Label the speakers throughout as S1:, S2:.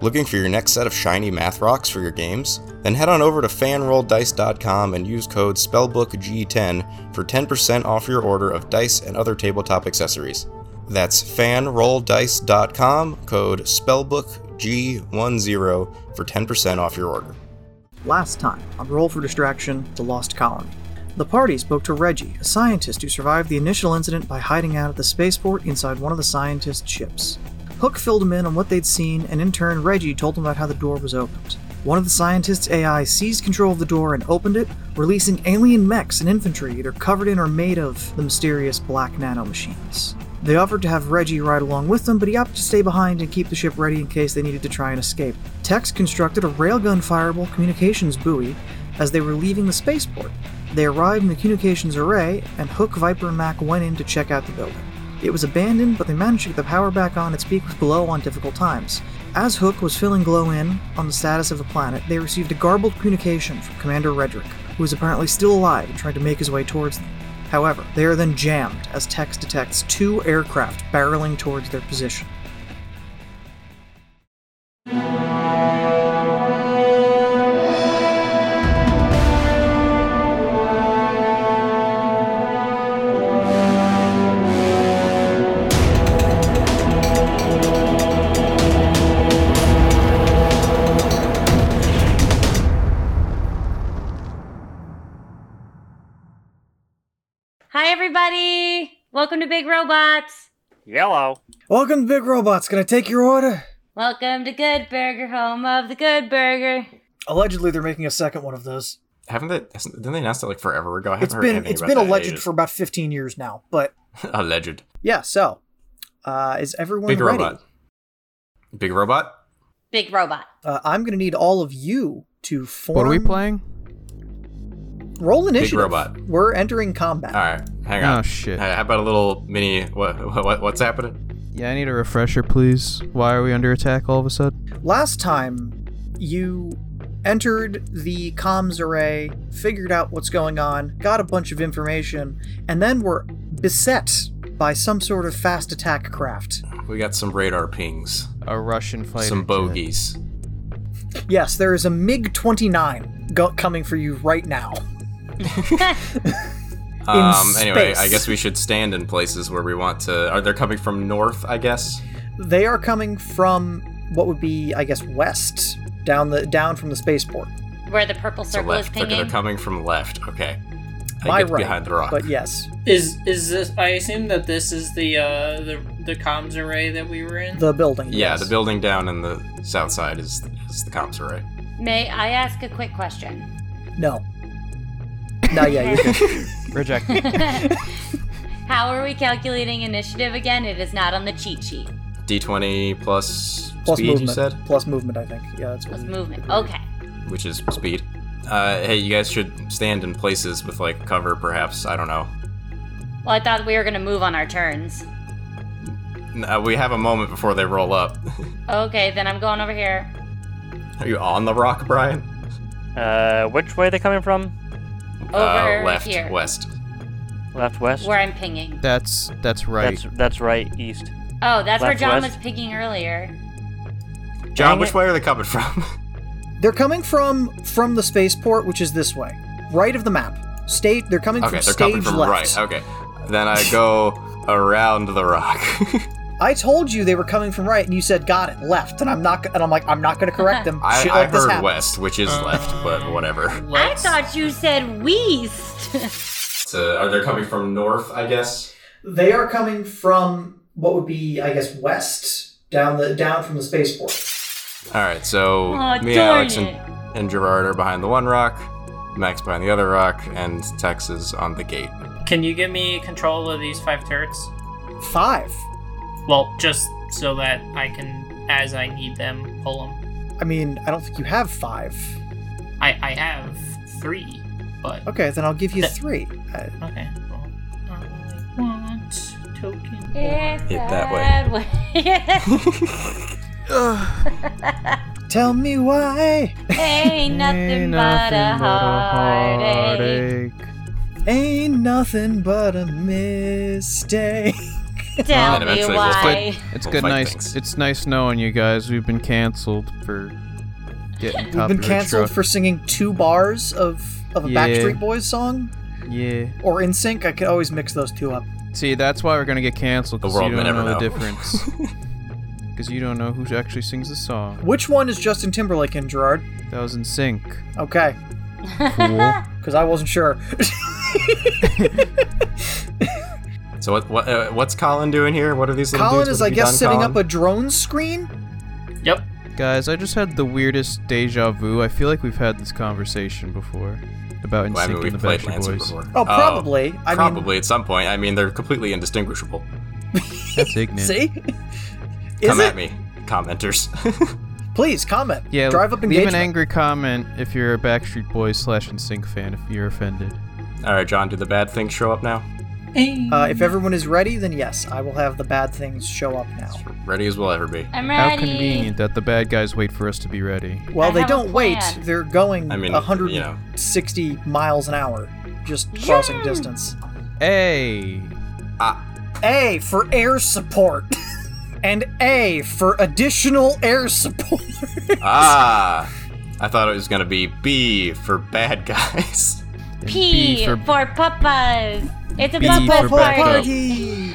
S1: Looking for your next set of shiny math rocks for your games? Then head on over to fanrolldice.com and use code SPELLBOOKG10 for 10% off your order of dice and other tabletop accessories. That's fanrolldice.com, code SPELLBOOKG10 for 10% off your order.
S2: Last time on Roll for Distraction, The Lost Colony. The party spoke to Reggie, a scientist who survived the initial incident by hiding out at the spaceport inside one of the scientist's ships. Hook filled him in on what they'd seen, and in turn, Reggie told him about how the door was opened. One of the scientist's AI seized control of the door and opened it, releasing alien mechs and infantry, either covered in or made of the mysterious black nanomachines. They offered to have Reggie ride along with them, but he opted to stay behind and keep the ship ready in case they needed to try and escape. Tex constructed a railgun fireable communications buoy as they were leaving the spaceport. They arrived in the communications array, and Hook, Viper, and Mac went in to check out the building. It was abandoned, but they managed to get the power back on and speak with Glow on difficult times. As Hook was filling Glow in on the status of the planet, they received a garbled communication from Commander Redrick, who is apparently still alive and trying to make his way towards them. However, they are then jammed as Tex detects two aircraft barreling towards their position.
S3: Hi, everybody. Welcome to Big Robots.
S4: Yellow.
S2: Welcome to Big Robots. Can I take your order?
S3: Welcome to Good Burger, home of the Good Burger.
S2: Allegedly, they're making a second one of those.
S1: Haven't they, hasn't- didn't they announce that like forever ago? I haven't
S2: It's
S1: heard
S2: been
S1: anything
S2: it's
S1: about
S2: been
S1: that
S2: a
S1: in
S2: legend
S1: ages.
S2: for about 15 years now, but
S1: a legend.
S2: yeah. So, uh, is everyone
S1: Big
S2: ready?
S1: robot. Big robot?
S3: Big Robot.
S2: Uh, I'm going to need all of you to form.
S5: What are we playing?
S2: Roll initiative.
S1: robot.
S2: We're entering combat.
S1: All right, hang on.
S5: Oh, shit.
S1: Uh, how about a little mini? What, what what's happening?
S5: Yeah, I need a refresher, please. Why are we under attack all of a sudden?
S2: Last time, you entered the comms array, figured out what's going on, got a bunch of information, and then were beset by some sort of fast attack craft.
S1: We got some radar pings,
S5: A Russian fighter.
S1: some
S5: jet.
S1: bogeys.
S2: Yes, there is a MiG 29 go- coming for you right now.
S1: Um, anyway,
S2: space.
S1: I guess we should stand in places where we want to. Are they coming from north? I guess.
S2: They are coming from what would be, I guess, west, down the down from the spaceport.
S3: Where the purple
S1: So
S3: circle is
S1: left. They're,
S3: pinging.
S1: they're coming from left. Okay. I
S2: My
S1: get
S2: right,
S1: behind the rock.
S2: but yes,
S6: Is is this? I assume that this is the uh the the comms array that we were in.
S2: the building.
S1: Yeah,
S2: yes.
S1: the building down in the south side is is the comms array.
S3: May I ask a quick question?
S2: No. No, yeah, you can.
S5: Reject.
S3: How are we calculating initiative again? It is not on the cheat sheet.
S1: D twenty plus
S2: Plus
S1: speed.
S2: movement.
S1: You said.
S2: Plus movement, I think. Yeah, that's what.
S3: Plus
S2: we-
S3: movement. Okay.
S1: which is speed. Uh, hey, you guys should stand in places with like cover, perhaps. I don't know.
S3: Well, I thought we were going to move on our turns.
S1: N- uh, we have a moment before they roll up.
S3: Okay, then I'm going over here.
S1: Are you on the rock, Brian?
S4: Uh, which way are they coming from?
S3: Over
S1: uh, left,
S3: here.
S1: west.
S4: Left, west.
S3: Where I'm pinging.
S5: that's that's right.
S4: That's that's right, east.
S3: Oh, that's where
S4: Left,
S3: John was
S4: west.
S3: pinging earlier.
S1: John,
S4: Dang
S1: which
S4: it.
S1: way are they coming from?
S2: They're coming from from the spaceport, which is this way, right of the map. State. They're coming
S1: okay,
S2: from
S1: they're
S2: stage
S1: coming from
S2: left.
S1: right. Okay, then I go around the rock.
S2: I told you they were coming from right, and you said got it left, and I'm not. And I'm like, I'm not going to correct them.
S1: I,
S2: Shit
S1: I
S2: like this
S1: heard
S2: happens.
S1: west, which is left, but whatever.
S3: I thought you said west.
S1: So, are they coming from north? I guess.
S2: They are coming from what would be, I guess, west down the down from the spaceport.
S1: All right, so
S3: Aw,
S1: Oh, me,
S3: darn
S1: Alex, and,
S3: it.
S1: and Gerard are behind the one rock. Max behind the other rock, and Tex is on the gate.
S6: Can you give me control of these five turrets?
S2: Five.
S6: Well, just so that I can, as I need them, pull them.
S2: I mean, I don't think you have five.
S6: I I have three, but
S2: Okay, then I'll give you
S6: Yeah.
S2: three. Uh,
S6: okay. Well, I want token.
S3: Hit
S1: that way.
S2: tell me why
S3: Ain't nothing but a heartache.
S2: ain't nothing but a mistake.
S3: Tell
S1: And
S3: me
S1: eventually we'll
S3: why.
S1: fight.
S5: It's
S1: We'll
S5: good.
S1: fight
S5: Nice.
S1: things.
S5: It's nice knowing you guys. We've been canceled for getting.
S2: We've
S5: top
S2: been
S5: of the
S2: canceled
S5: truck.
S2: for singing two bars of of a
S5: Yeah.
S2: Backstreet Boys song
S5: Yeah.
S2: or In Sync. I could always mix those two up.
S5: See, that's why we're gonna get canceled
S1: The
S5: because
S1: world
S5: you
S1: may
S5: don't
S1: never
S5: know, the
S1: know.
S5: difference. Because you don't know who actually sings the song.
S2: Which one is Justin Timberlake in Gerard?
S5: That was in sync.
S2: Okay,
S5: Cool.
S2: because I wasn't sure.
S1: So what, what uh, what's Colin doing here? What are these little
S2: Colin
S1: dudes?
S2: is,
S1: What
S2: I
S1: have you
S2: guess,
S1: done,
S2: setting
S1: Colin?
S2: up a drone screen.
S6: Yep.
S5: Guys, I just had the weirdest deja vu. I feel like we've had this conversation before about in
S1: Well, I mean,
S5: sync
S1: we've
S5: and the
S1: played
S5: Backstreet
S1: Lancer
S5: Boys.
S1: before.
S2: Oh, probably. I
S1: probably at some point. I mean, they're completely indistinguishable.
S5: That's
S2: mean,
S5: ignorant.
S2: see. Is
S1: Come
S2: it?
S1: at me, commenters.
S2: Please comment.
S5: Yeah,
S2: Drive up
S5: leave
S2: engagement.
S5: an angry comment if you're a Backstreet Boys slash NSYNC fan if you're offended.
S1: All right, John, do the bad things show up now?
S6: Hey.
S2: uh, if everyone is ready, then yes, I will have the bad things show up now.
S1: Ready as we'll ever be.
S3: I'm
S5: How
S3: ready.
S5: convenient that the bad guys wait for us to be ready.
S2: Well,
S3: I
S2: they
S3: have a
S2: don't wait.
S3: plan.
S2: They're going
S1: I mean, you
S2: 160 miles an hour, just crossing
S3: Yeah.
S2: distance.
S5: Hey,
S1: Ah,
S2: A for air support. and A for additional air support.
S1: ah. I thought it was gonna be B for bad guys.
S5: and
S3: P
S5: B for
S3: for, papas. It's a
S5: B
S3: papa
S5: for backup.
S3: party.
S2: Party!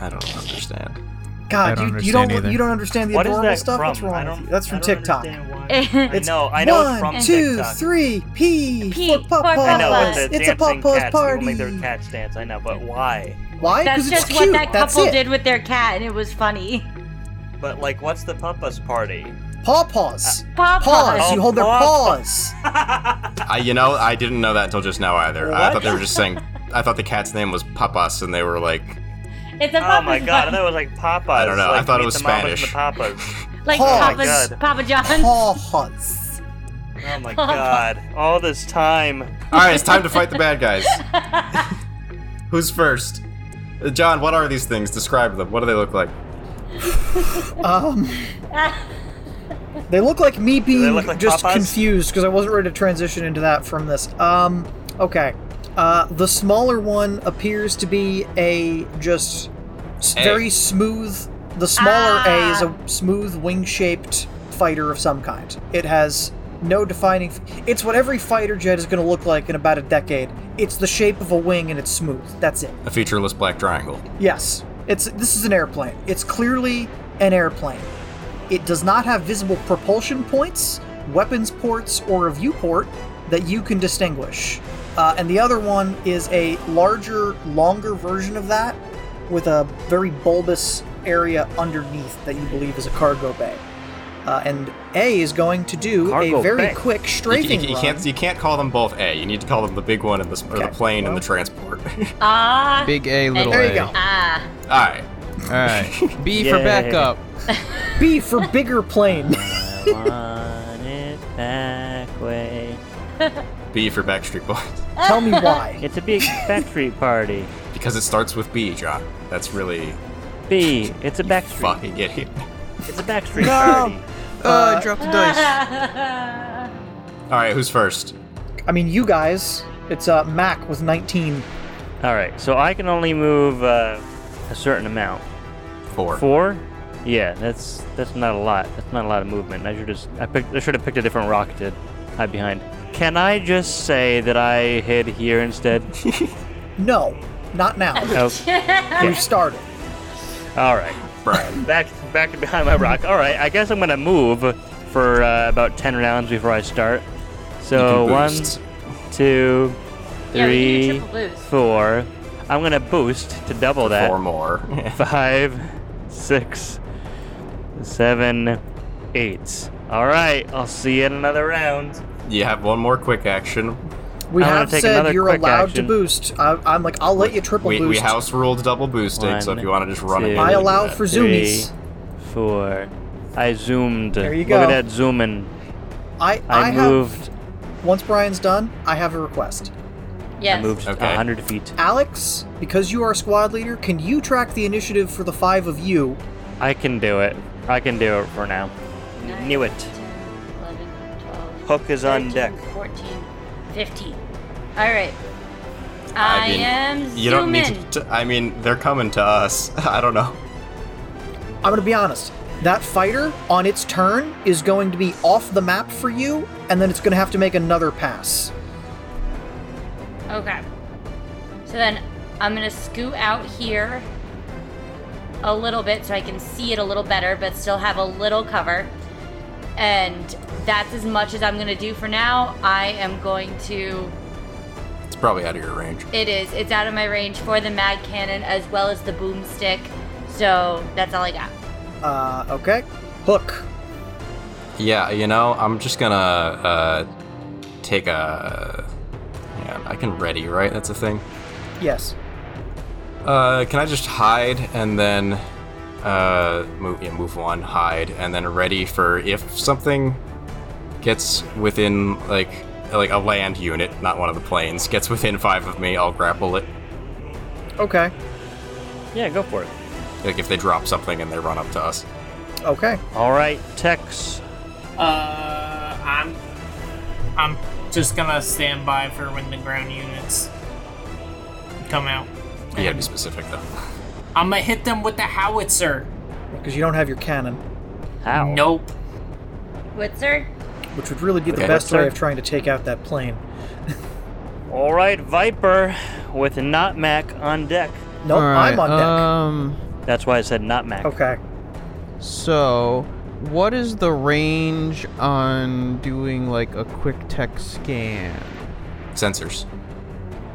S1: I don't understand.
S2: God,
S5: don't
S2: you, you
S5: understand
S2: don't
S5: either.
S2: you don't understand the
S4: What is
S2: adorable
S4: that
S2: stuff.
S4: from?
S2: What's
S4: I
S2: wrong with
S4: don't,
S2: you? That's from
S6: I don't
S2: TikTok.
S6: understand why. I
S3: It's
S4: know. I know it's
S2: One,
S4: from
S2: two,
S4: TikTok.
S2: three, P,
S3: P
S2: for
S3: for
S2: papas.
S4: I know
S3: Papas.
S4: it's a
S2: it's a
S4: dancing
S2: papa's
S4: cats.
S2: party.
S4: People make their cats dance. I know, but why?
S2: Why?
S3: That's
S2: Because it's
S3: just
S2: cute.
S3: what that
S2: That's
S3: couple
S2: it.
S3: did with their cat, and it was funny.
S4: But like, what's the papa's party?
S2: Paw paws. paws.
S3: Papas.
S4: Oh,
S2: you hold their
S4: paw-
S2: paws.
S1: I, you know, I didn't know that until just now either. I
S4: What?
S1: thought they were just saying. I thought the cat's name was Papas, and they were like,
S3: It's a papa's
S4: Oh my god, I
S3: party.
S4: thought it was like papas.
S1: I don't know, I
S4: Like,
S1: thought it
S4: meet
S1: was
S4: the mamas and the
S1: Spanish.
S4: papas.
S3: like
S2: Oh my
S3: papa's,
S4: God.
S3: Papa John's.
S2: Paws.
S4: Oh my
S3: Papa.
S4: god, all this time.
S1: "All right, it's time to fight the bad guys." Who's first? Uh, John, what are these things? Describe them. What do they look like?
S2: Um, they look like me being
S4: look like
S2: just
S4: Popeyes?
S2: confused because I wasn't ready to transition into that from this. Um, okay. Uh, the smaller one appears to be a just s-
S1: A.
S2: very smooth. The smaller A is
S3: Ah.
S2: a smooth wing-shaped fighter of some kind. It has no defining. f- It's what every fighter jet is going to look like in about a decade. It's the shape of a wing and it's smooth. That's it.
S1: A featureless black triangle.
S2: Yes. It's this is an airplane. It's clearly an airplane. It does not have visible propulsion points, weapons ports, or a viewport that you can distinguish. Uh, and the other one is a larger, longer version of that, with a very bulbous area underneath that you believe is a cargo bay. Uh, and A is going to do
S4: Cargo
S2: a very
S4: bay.
S2: quick
S1: You, you-
S2: strafing
S1: you
S2: run.
S1: can't you can't call them both A. You need to call them the big one and the, s- or the
S2: Okay,
S1: plane and
S2: well.
S1: the transport.
S3: Ah.
S5: big A, little
S2: There you
S5: A.
S2: go.
S3: Ah.
S1: All right.
S5: All right, B for
S4: Yay.
S5: backup.
S2: B for bigger plane.
S4: I want it back way.
S1: B for Backstreet Boys.
S2: Tell me why.
S4: It's a big factory party.
S1: Because it starts with B, John. That's really
S4: B. It's a backstreet.
S1: fucking idiot.
S4: It's a backstreet
S2: No.
S4: party.
S5: Uh, I dropped the dice.
S1: All right, who's first?
S2: I mean, you guys. It's uh, Mac with 19.
S4: All right, so I can only move uh, a certain amount.
S1: Four.
S4: Four? Yeah, that's that's not a lot. That's not a lot of movement. I should just I picked I should have picked a different rocket to hide behind. Can I just say that I hid here instead?
S2: No, not now.
S4: Oh,
S2: We started.
S4: all right.
S1: Brian.
S4: Back back to behind my rock. All right, I guess I'm gonna move for uh, about ten rounds before I start. So
S1: You can
S4: Uh, one,
S1: boost.
S4: two,
S3: Yeah, we need a
S4: three,
S3: triple boost.
S4: four. I'm gonna boost to double that.
S1: Four more.
S4: five, six, seven, eight. All right, I'll see you in another round.
S1: you have one more quick action.
S2: We
S4: I'm gonna
S2: have
S4: take
S2: said
S4: another
S2: you're
S4: quick
S2: allowed to
S4: action.
S2: boost. I, I'm like, I'll let you triple
S1: We,
S2: boost.
S1: we house ruled double boosting, so if you want to just run
S4: One,
S1: it,
S4: two,
S2: I allow for
S4: Three,
S2: zoomies.
S4: four. I zoomed.
S2: There you
S4: Look
S2: go.
S4: at that zooming.
S2: I, I,
S4: I,
S2: have.
S4: moved.
S2: Once Brian's done, I have a request.
S3: yes.
S4: I moved
S1: Okay.
S4: a hundred feet.
S2: Alex, because you are squad leader, can you track the initiative for the five of you?
S4: I can do it. I can do it for now.
S3: Nine,
S4: Knew it.
S3: 10, 11, 12,
S4: Hook is on
S3: 13,
S4: deck.
S3: 14, 15. All right. I,
S1: mean,
S3: am
S1: You don't
S3: zooming.
S1: need to. t- I mean, they're coming to us. I don't know.
S2: I'm going to be honest. That fighter on its turn is going to be off the map for you, and then it's going to have to make another pass.
S3: Okay. So then I'm gonna scoot out here a little bit so I can see it a little better, but still have a little cover. And that's as much as I'm gonna do for now. I am going to.
S1: It's probably out of your range.
S3: It is. It's out of my range for the mag cannon as well as the boomstick. So that's all I got.
S2: Uh, okay. Hook.
S1: Yeah, you know, I'm just gonna uh, take a. Yeah, I can ready, right? That's a thing.
S2: Yes.
S1: Uh, can I just hide and then uh, move? Yeah, move one, hide, and then ready for if something gets within like like a land unit, not one of the planes, gets within five of me, I'll grapple it.
S2: Okay.
S4: Yeah, go for it.
S1: Like if they drop something and they run up to us.
S2: Okay.
S4: All right, Tex.
S6: Uh, I'm I'm just gonna stand by for when the ground units come out.
S1: You gotta be specific though.
S6: I'm gonna hit them with the howitzer.
S2: Because you don't have your cannon,
S4: How?
S6: Nope.
S3: Witzer?
S2: which would really be the
S1: Okay.
S2: best
S4: Yes, sir.
S2: way of trying to take out that plane.
S4: All right, Viper, with not Mac on deck.
S2: Nope,
S5: Alright,
S2: I'm on deck.
S5: Um,
S4: That's why I said not
S1: uh,
S4: Mac.
S2: okay.
S5: so what is the range on doing like a quick tech scan?
S1: Sensors.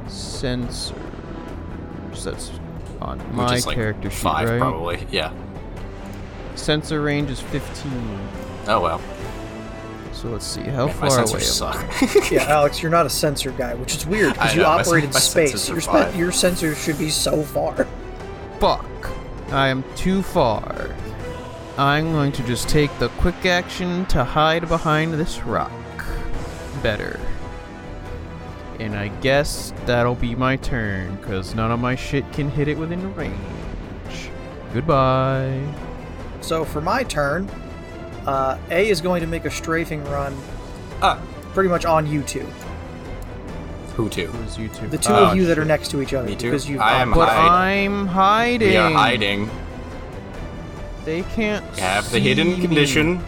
S5: Sensors. That's on
S1: Which
S5: my
S1: is like
S5: character sheet,
S1: five
S5: right?
S1: probably. Yeah.
S5: Sensor range is 15.
S1: Oh well.
S5: So let's see how
S1: Man, my
S5: far
S1: sensors
S5: away.
S1: suck.
S2: Yeah, Alex, you're not a sensor guy, which is weird
S1: I
S2: because you
S1: know, my sen-
S2: operate in
S1: my
S2: space.
S1: sensors
S2: Your,
S1: are
S2: spe-
S1: five.
S2: your sensors should be so far.
S5: Fuck. I am too far. I'm going to just take the quick action to hide behind this rock. Better. And I guess that'll be my turn, because none of my shit can hit it within range. Goodbye.
S2: So for my turn, uh, A is going to make a strafing run uh,
S1: ah,
S2: pretty much on you two.
S1: who to?
S5: It was you two.
S2: The two
S1: Oh,
S2: of you that are next to each other.
S1: Me too.
S2: Because you've
S1: I am
S5: but
S1: hide.
S5: I'm hiding.
S1: We are hiding.
S5: They can't
S1: Have the
S5: see
S1: hidden
S5: me.
S1: condition.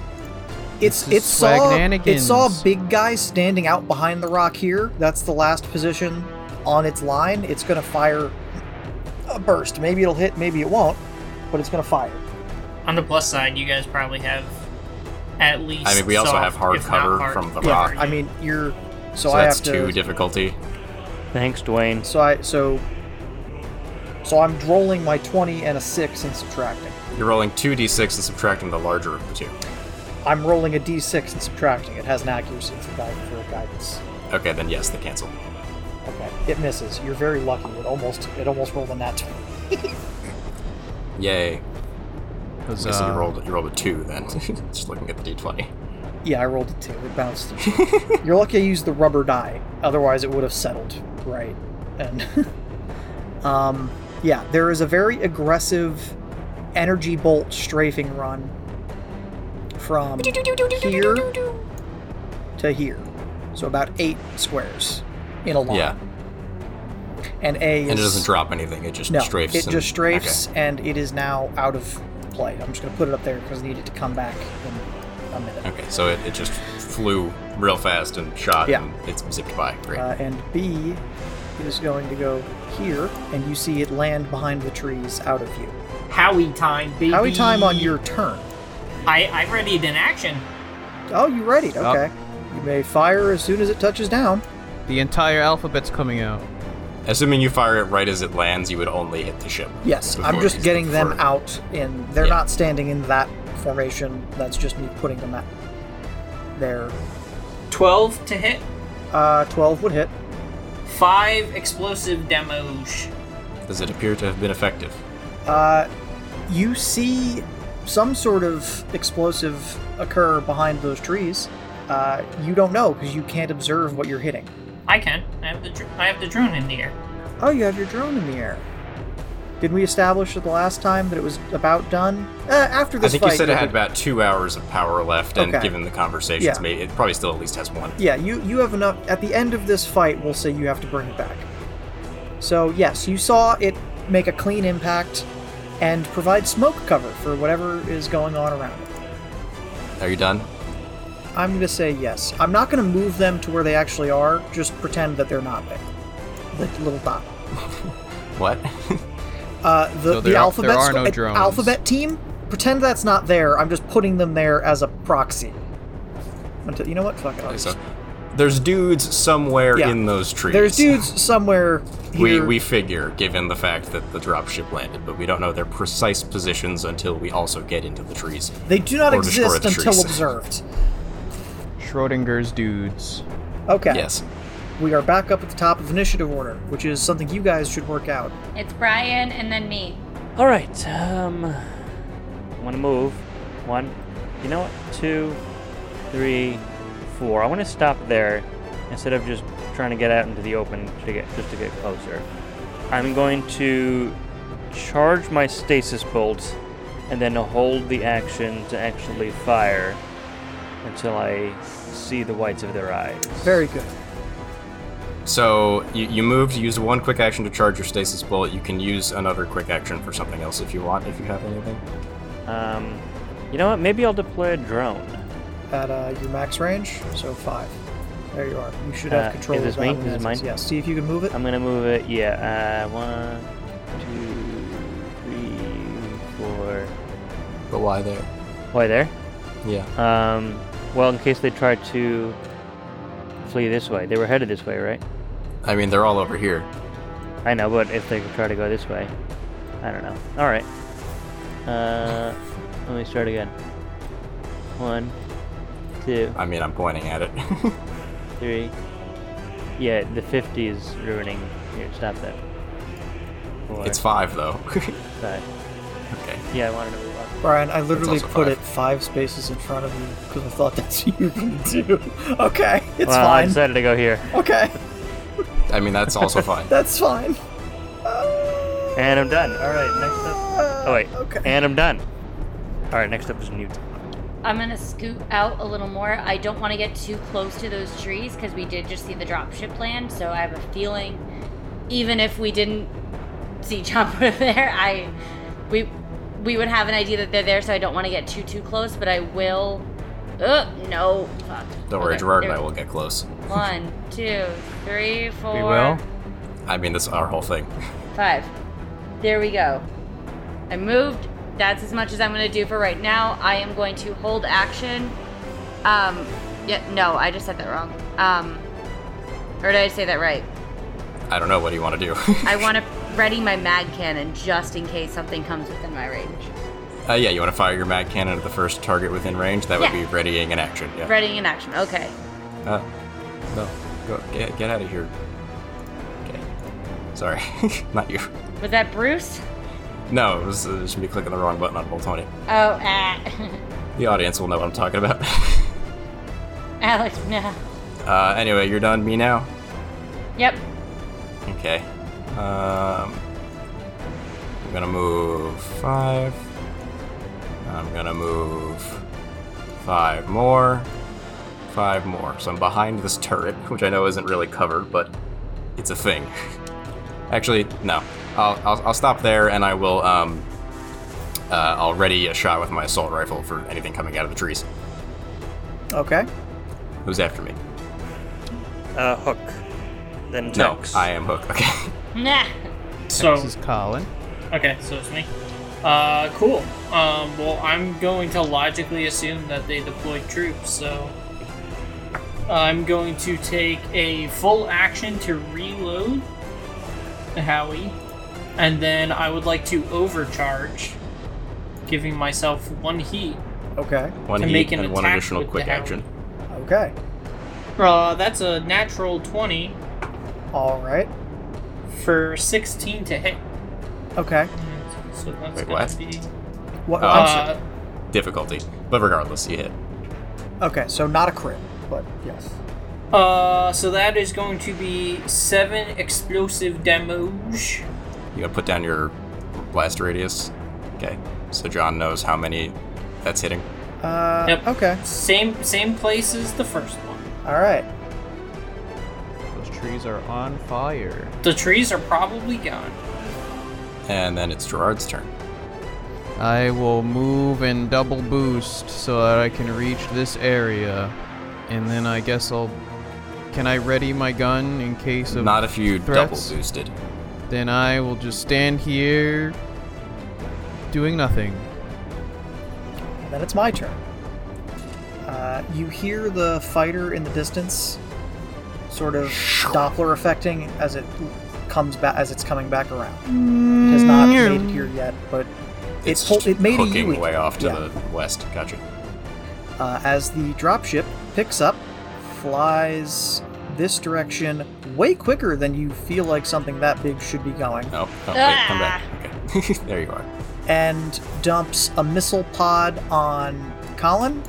S2: it's
S5: This
S2: it
S5: is
S2: saw it
S5: swagnanigans.
S2: saw a big guy standing out behind the rock here. That's the last position on its line. It's gonna fire a burst. Maybe it'll hit, maybe it won't, but it's gonna fire.
S6: On the plus side, you guys probably have at least.
S1: I mean, we also
S6: soft,
S1: have hard
S6: if not
S1: cover
S6: hard.
S1: from the
S2: Yeah,
S1: rock.
S2: I mean you're so,
S1: So
S2: I
S1: that's
S2: have to
S1: two difficulty.
S4: Thanks, Dwayne.
S2: so I so so I'm rolling my twenty and a six and subtracting.
S1: You're rolling 2d6 and subtracting the larger of the two.
S2: I'm rolling a d6 and subtracting. It has an accuracy for, guide, for guidance.
S1: Okay, then yes, they cancel.
S2: Okay, it misses. You're very lucky. It almost it almost rolled a nat 20.
S1: Yay.
S5: Huzzah.
S1: Okay, so you rolled you rolled a two then. Just looking at the d20.
S2: Yeah, I rolled a two. It bounced. You're lucky I used the rubber die. Otherwise, it would have settled. Right. And um, yeah, there is a very aggressive energy bolt strafing run from here to here. So about eight squares in a line.
S1: Yeah,
S2: And A is,
S1: and it doesn't drop anything. It just
S2: no,
S1: strafes.
S2: It
S1: and-
S2: just strafes, and it is now out of play. I'm just going to put it up there because I need it to come back in a minute.
S1: Okay, okay so it, it just flew real fast and shot,
S2: Yeah.
S1: and it's zipped by. Great.
S2: Uh, and B is going to go here, and you see it land behind the trees out of view.
S6: Howie time, baby.
S2: Howie time on your turn.
S6: I I readied an action.
S2: Oh, you ready?
S5: Up.
S2: Okay. You may fire as soon as it touches down.
S5: The entire alphabet's coming out.
S1: Assuming you fire it right as it lands, you would only hit the ship.
S2: Yes,
S1: Before
S2: I'm just
S1: it's-
S2: getting them
S1: before-
S2: out, and they're
S1: Yeah.
S2: not standing in that formation. That's just me putting them out there.
S6: Twelve to hit.
S2: Uh, 12 would hit.
S6: Five explosive damage.
S1: Does it appear to have been effective?
S2: Uh, you see some sort of explosive occur behind those trees. Uh, you don't know because you can't observe what you're hitting.
S6: I can. I have the dr- I have the drone in the air.
S2: Oh, you have your drone in the air. Didn't we establish that the last time that it was about done? Uh, after
S1: I
S2: this
S1: think
S2: fight,
S1: you said it had
S2: you'll be-
S1: about two hours of power left, and
S2: Okay.
S1: given the conversations
S2: Yeah.
S1: made, it probably still at least has one.
S2: Yeah, you you have enough. At the end of this fight, we'll say you have to bring it back. So, yes, you saw it make a clean impact and provide smoke cover for whatever is going on around it.
S1: Are you done?
S2: I'm going to say yes. I'm not going to move them to where they actually are, just pretend that they're not there. The little dot.
S1: What?
S2: Uh, the
S5: So there
S2: the
S5: are-
S2: alphabet,
S5: there are
S2: squ-
S5: no
S2: uh,
S5: drones.
S2: alphabet team, pretend that's not there. I'm just putting them there as a proxy. Until, you know what? Fuck it. I'll just-
S1: so, there's dudes somewhere
S2: Yeah.
S1: in those trees.
S2: There's dudes somewhere
S1: We,
S2: here.
S1: we figure, given the fact that the dropship landed, but we don't know their precise positions until we also get into the trees.
S2: they do not
S1: or destroy
S2: exist
S1: the
S2: until
S1: trees.
S2: observed.
S5: Schrodinger's dudes.
S2: Okay.
S1: Yes.
S2: We are back up at the top of initiative order, which is something you guys should work out.
S3: It's Brian and then me.
S4: All right. Um, I want to move. One. You know what? Two, three, four. I want to stop there instead of just trying to get out into the open to get just to get closer. I'm going to charge my stasis bolt and then hold the action to actually fire until I see the whites of their eyes.
S2: Very good.
S1: So you, you moved, you used one quick action to charge your stasis bullet. You can use another quick action for something else if you want, if you have anything.
S4: Um, you know what? Maybe I'll deploy a drone.
S2: At uh, your max range, so five. There you are. You should have
S4: Uh,
S2: control
S4: is
S2: of
S4: this
S2: that.
S4: me?
S2: one
S4: Is this
S2: as
S4: mine? Oh.
S2: Yeah. See if you can move it.
S4: I'm gonna move it. Yeah. Uh, one, two, three, four.
S1: But why there?
S4: Why there?
S1: Yeah.
S4: Um. Well, in case they try to flee this way, they were headed this way, right?
S1: I mean, they're all over here.
S4: I know, but if they try to go this way, I don't know. All right. Uh, let me start again. One, two,
S1: I mean, I'm pointing at it.
S4: three. Yeah, the 50 is ruining. Here, stop that. Four,
S1: it's five, though.
S4: five.
S1: okay.
S4: Yeah, I wanted to move up.
S2: Brian, I literally
S1: also
S2: put it
S1: five.
S2: five spaces in front of you because I thought that's what you can do. Okay, it's
S4: well, I
S2: fine.
S4: decided to go here.
S2: Okay,
S1: I mean, that's also fine.
S2: that's fine.
S4: And I'm done. All right, next up.
S2: Uh,
S4: Oh wait.
S2: Okay.
S4: And I'm done. All right, next up is Newt.
S3: I'm gonna scoot out a little more. I don't want to get too close to those trees because we did just see the dropship land. So I have a feeling, even if we didn't see Chopper there, I we we would have an idea that they're there. So I don't want to get too too close, but I will. Uh, no. Fuck.
S1: Don't worry,
S3: Okay,
S1: Gerard and
S3: there-
S1: I will get close.
S3: One, two, three, four,
S5: We will.
S1: I mean, that's our whole thing.
S3: five. There we go. I moved. That's as much as I'm going to do for right now. I am going to hold action. Um, yeah, no, I just said that wrong. Um, or did I say that right?
S1: I don't know. What do you want to do?
S3: I want to ready my mag cannon just in case something comes within my range.
S1: uh, yeah, you want to fire your mag cannon at the first target within range? That would
S3: Yeah.
S1: be readying an action. Yeah.
S3: Readying in action. Okay.
S1: Uh, no. Go, get, get out of here. Okay. Sorry. Not you.
S3: Was that Bruce?
S1: No, it was, it was me clicking the wrong button on bolt 20.
S3: Oh, ah.
S1: The audience will know what I'm talking about.
S3: Alex, no.
S1: uh, anyway, you're done. Me now?
S3: Yep.
S1: Okay. Um, I'm gonna move five. I'm gonna move five more. Five more. So I'm behind this turret, which I know isn't really covered, but it's a thing. Actually, no. I'll, I'll, I'll stop there and I will. Um, uh, I'll ready a shot with my assault rifle for anything coming out of the trees.
S2: Okay.
S1: Who's after me?
S4: Uh, Hook. Then Tex.
S1: No, I am Hook. Okay.
S3: Nah.
S6: So
S5: This is Colin.
S6: Okay, so it's me. Uh, cool. Um, well, I'm going to logically assume that they deployed troops, so I'm going to take a full action to reload the Howie, and then I would like to overcharge, giving myself one heat.
S2: Okay.
S1: One
S6: To
S1: heat
S6: make an
S1: and one
S6: attack
S1: additional
S6: with
S1: quick
S6: the hound.
S1: action.
S2: Okay.
S6: Uh, that's a natural 20
S2: All right.
S6: for 16 to hit.
S2: Okay.
S6: So that's
S1: Wait,
S6: gonna
S1: what?
S6: be.
S2: What?
S1: Uh,
S2: I'm
S6: Uh,
S1: difficulty. But regardless, you hit.
S2: sure- Okay. So not a crit, but yes.
S6: uh, so that is going to be seven explosive damage.
S1: You gotta put down your blast radius. Okay. So John knows how many that's hitting.
S2: Uh,
S6: Yep.
S2: Okay.
S6: Same same place as the first one.
S2: All right.
S5: Those trees are on fire.
S6: The trees are probably gone.
S1: And then it's Gerard's turn.
S5: I will move and double boost so that I can reach this area. And then I guess I'll. Can I ready my gun in case of.
S1: Not if you
S5: threats?
S1: double boosted.
S5: Then I will just stand here. doing nothing.
S2: Then it's my turn. Uh, you hear the fighter in the distance, sort of Doppler affecting as it comes back as it's coming back around. It has not made it here yet, but it
S1: It's
S2: pulled- it made a
S1: hooking
S2: U-
S1: way off to
S2: yeah.
S1: the west. Gotcha.
S2: uh, as the dropship picks up, flies this direction way quicker than you feel like something that big should be going,
S1: Oh, oh wait, come back.
S6: Ah.
S1: Okay. there you are.
S2: and dumps a missile pod on Colin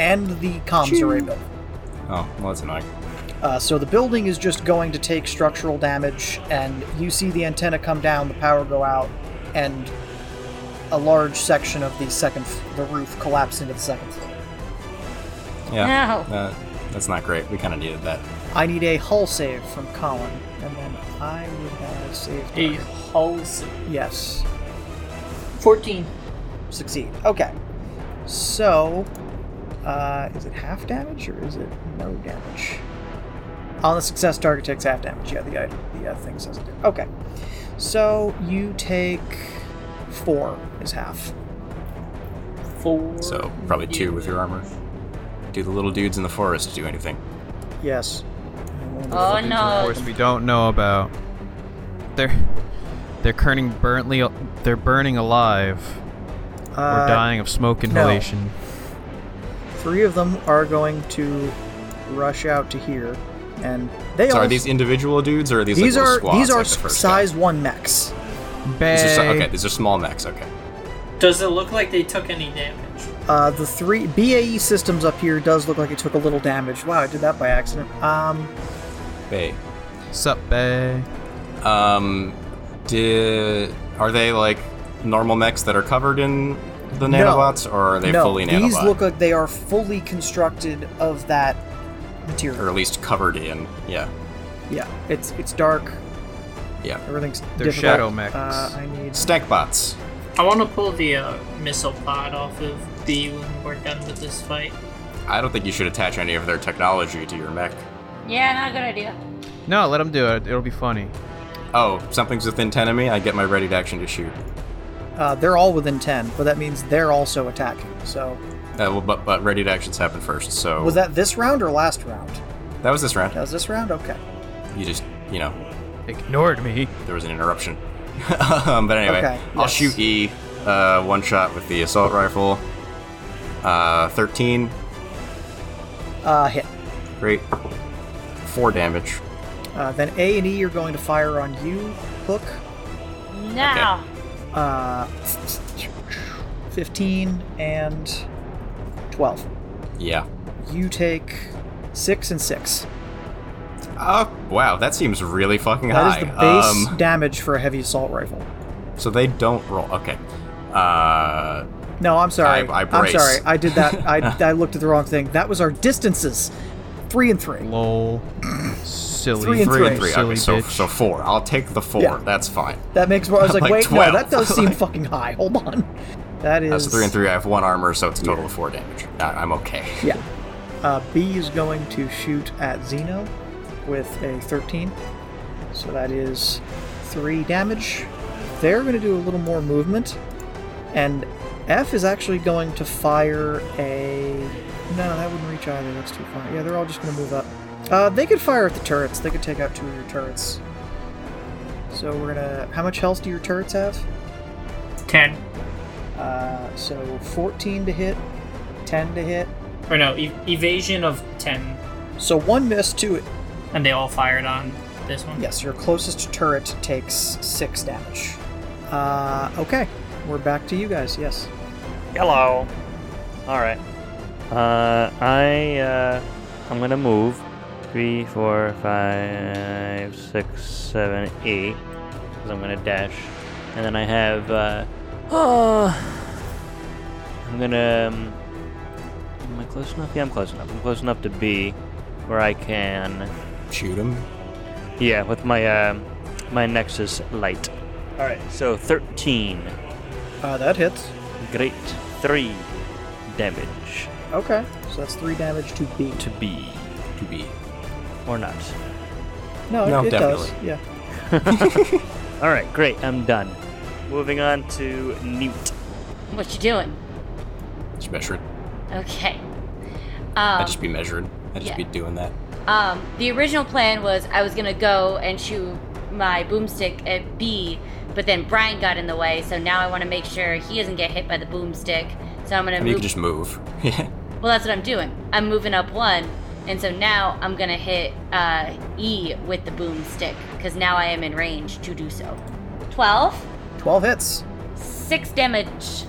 S2: and the comms array building.
S1: Oh, well, that's annoying.
S2: Uh, so the building is just going to take structural damage, and you see the antenna come down, the power go out, and a large section of the second, f- the roof collapse into the second floor.
S6: Ah.
S1: Yeah.
S3: No.
S1: Uh, that's not great. We kind of needed that.
S2: I need a hull save from Colin, and then I would have saved.
S6: A hull s-
S2: Yes,
S6: 14.
S2: succeed. Okay, so uh, is it half damage or is it no damage? On the success, target takes half damage. Yeah, the item, the uh, thing says it. did. Okay, so you take four is half.
S6: Four.
S1: So probably two with your armor. Do the little dudes in the forest do anything?
S2: Yes. Uh,
S3: Oh
S5: Things, Of
S3: no.
S5: course, we don't know about. They're they're burning burntly. They're burning alive or dying of smoke inhalation.
S2: Three of them are going to rush out to here, and they
S1: So
S2: all
S1: are these individual dudes or are these
S2: these
S1: like little
S2: are
S1: squads
S2: these are
S1: like the first
S2: size one mechs.
S1: guy? These are, si-
S5: Bay.
S1: okay, these are small mechs. Okay.
S6: Does it look like they took any damage?
S2: Uh, the three BAE systems up here does look like it took a little damage. Wow, I did that by accident. Um,
S1: Bay.
S5: Sup, Bay.
S1: Um, did are they like normal mechs that are covered in the
S2: No.
S1: nanobots, or are they
S2: no,
S1: fully nanobot,
S2: these look like they are fully constructed of that
S1: or
S2: material.
S1: at least covered in? Yeah.
S2: Yeah, it's it's dark.
S1: Yeah.
S2: Everything's
S5: They're
S2: difficult.
S5: shadow mechs.
S2: Uh, I need.
S1: Stack bots.
S6: I want to pull the uh, missile pod off of B when we're done with this fight.
S1: I don't think you should attach any of their technology to your mech.
S3: Yeah, not a good idea.
S5: No, let them do it. It'll be funny.
S1: Oh, something's within 10 of me, I get my ready to action to shoot.
S2: Uh, they're all within ten, but that means they're also attacking. So
S1: Uh, well, but, but ready to actions happen first, so.
S2: was that this round or last round?
S1: that was this round.
S2: That was this round. Okay.
S1: You just, you know,
S5: Ignored me.
S1: there was an interruption. um, but anyway,
S2: Okay,
S1: I'll
S2: yes.
S1: shoot E uh, one shot with the assault rifle. Uh, 13,
S2: Uh, hit.
S1: great. Four damage.
S2: Uh, then A and E are going to fire on you, Hook.
S3: No.
S2: Uh, fifteen and twelve.
S1: Yeah.
S2: You take six and six.
S1: Oh, wow, that seems really fucking
S2: Uh, That
S1: high.
S2: is the base
S1: Um,
S2: damage for a heavy assault rifle.
S1: so they don't roll. Okay. Uh,
S2: No, I'm sorry.
S1: I- I
S2: am
S1: brace.
S2: sorry. I did that. I, I looked at the wrong thing. That was our distances. Three and three.
S5: Lol. Silly.
S2: Three and
S1: three and three.
S5: Silly
S1: Okay, so,
S5: bitch.
S1: so four. I'll take the four.
S2: Yeah.
S1: That's fine.
S2: That makes more. I was like,
S1: Like
S2: wait, no, that
S1: 12.
S2: does seem fucking high. Hold on. That is.
S1: That's three and three. I have one armor, so it's a total of four damage. I- I'm okay.
S2: Yeah. Uh, B is going to shoot at Xeno with a 13. So that is three damage. They're going to do a little more movement. And F is actually going to fire a. No, that wouldn't reach either. That's too far. Yeah, they're all just going to move up. Uh, they could fire at the turrets. They could take out two of your turrets. So we're going to. How much health do your turrets have?
S6: 10.
S2: Uh, so 14 to hit, 10 to hit.
S6: Or no, e- evasion of 10.
S2: So one miss, two
S6: And they all fired on this one?
S2: Yes, your closest turret takes six damage. Uh, okay, we're back to you guys. Yes.
S4: Hello. All right. Uh, I uh, I'm gonna move three, four, five, six, seven, eight. Cause I'm gonna dash, and then I have uh, I'm gonna. Um, am I close enough? Yeah, I'm close enough. I'm close enough to be where I can
S1: Shoot him.
S4: Yeah, with my uh, my Nexus light.
S6: All right.
S4: So 13.
S2: Uh, that hits.
S4: Great. 3 damage
S2: Okay. So that's three damage to B.
S4: to be.
S1: To be.
S4: Or not.
S2: No, it,
S1: No,
S2: it does.
S1: definitely.
S2: Yeah.
S4: Alright, great. I'm done. Moving on to Newt.
S3: What you doing?
S1: Just measure it.
S3: Okay.
S1: I
S3: Um,
S1: just be measured. I just
S3: yeah.
S1: be doing that.
S3: um, the original plan was I was gonna go and shoot my boomstick at B, but then Brian got in the way, so now I want to make sure he doesn't get hit by the boomstick. So I'm gonna
S1: I mean, you
S3: move.
S1: can just move. Yeah.
S3: Well, that's what I'm doing. I'm moving up one, and so now I'm gonna hit uh, E with the boomstick because now I am in range to do so. Twelve,
S2: Twelve hits.
S3: six damage.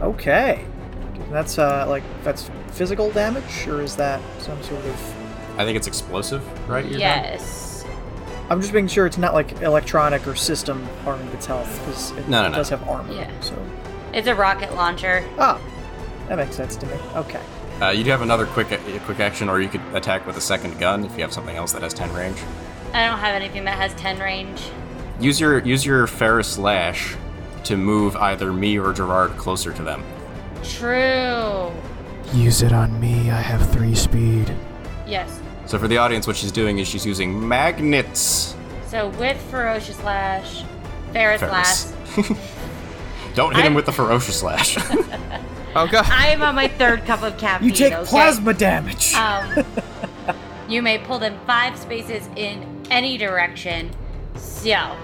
S2: Okay. That's uh like that's physical damage or is that some sort of
S1: I think it's explosive, right? You're done?
S3: yes.
S2: I'm just making sure it's not like electronic or system harming its health because it
S1: No, no, no.
S2: does have armor.
S3: Yeah.
S2: So
S3: It's a rocket launcher.
S2: ah, that makes sense to me. Okay.
S1: Uh, you do have another quick a quick action, or you could attack with a second gun if you have something else that has ten range.
S3: I don't have anything that has 10 range.
S1: Use your use your Ferris lash to move either me or Gerard closer to them.
S3: True.
S7: Use it on me. I have three speed.
S3: Yes.
S1: So for the audience, what she's doing is she's using magnets.
S3: So with Ferocious Lash, Ferris,
S1: Ferris.
S3: Lash,
S1: Don't hit him
S3: I-
S1: with the ferocious lash.
S5: Oh god.
S3: I am on my third cup of caffeine.
S2: You take
S3: okay?
S2: plasma damage.
S3: Um, you may pull them five spaces in any direction. So,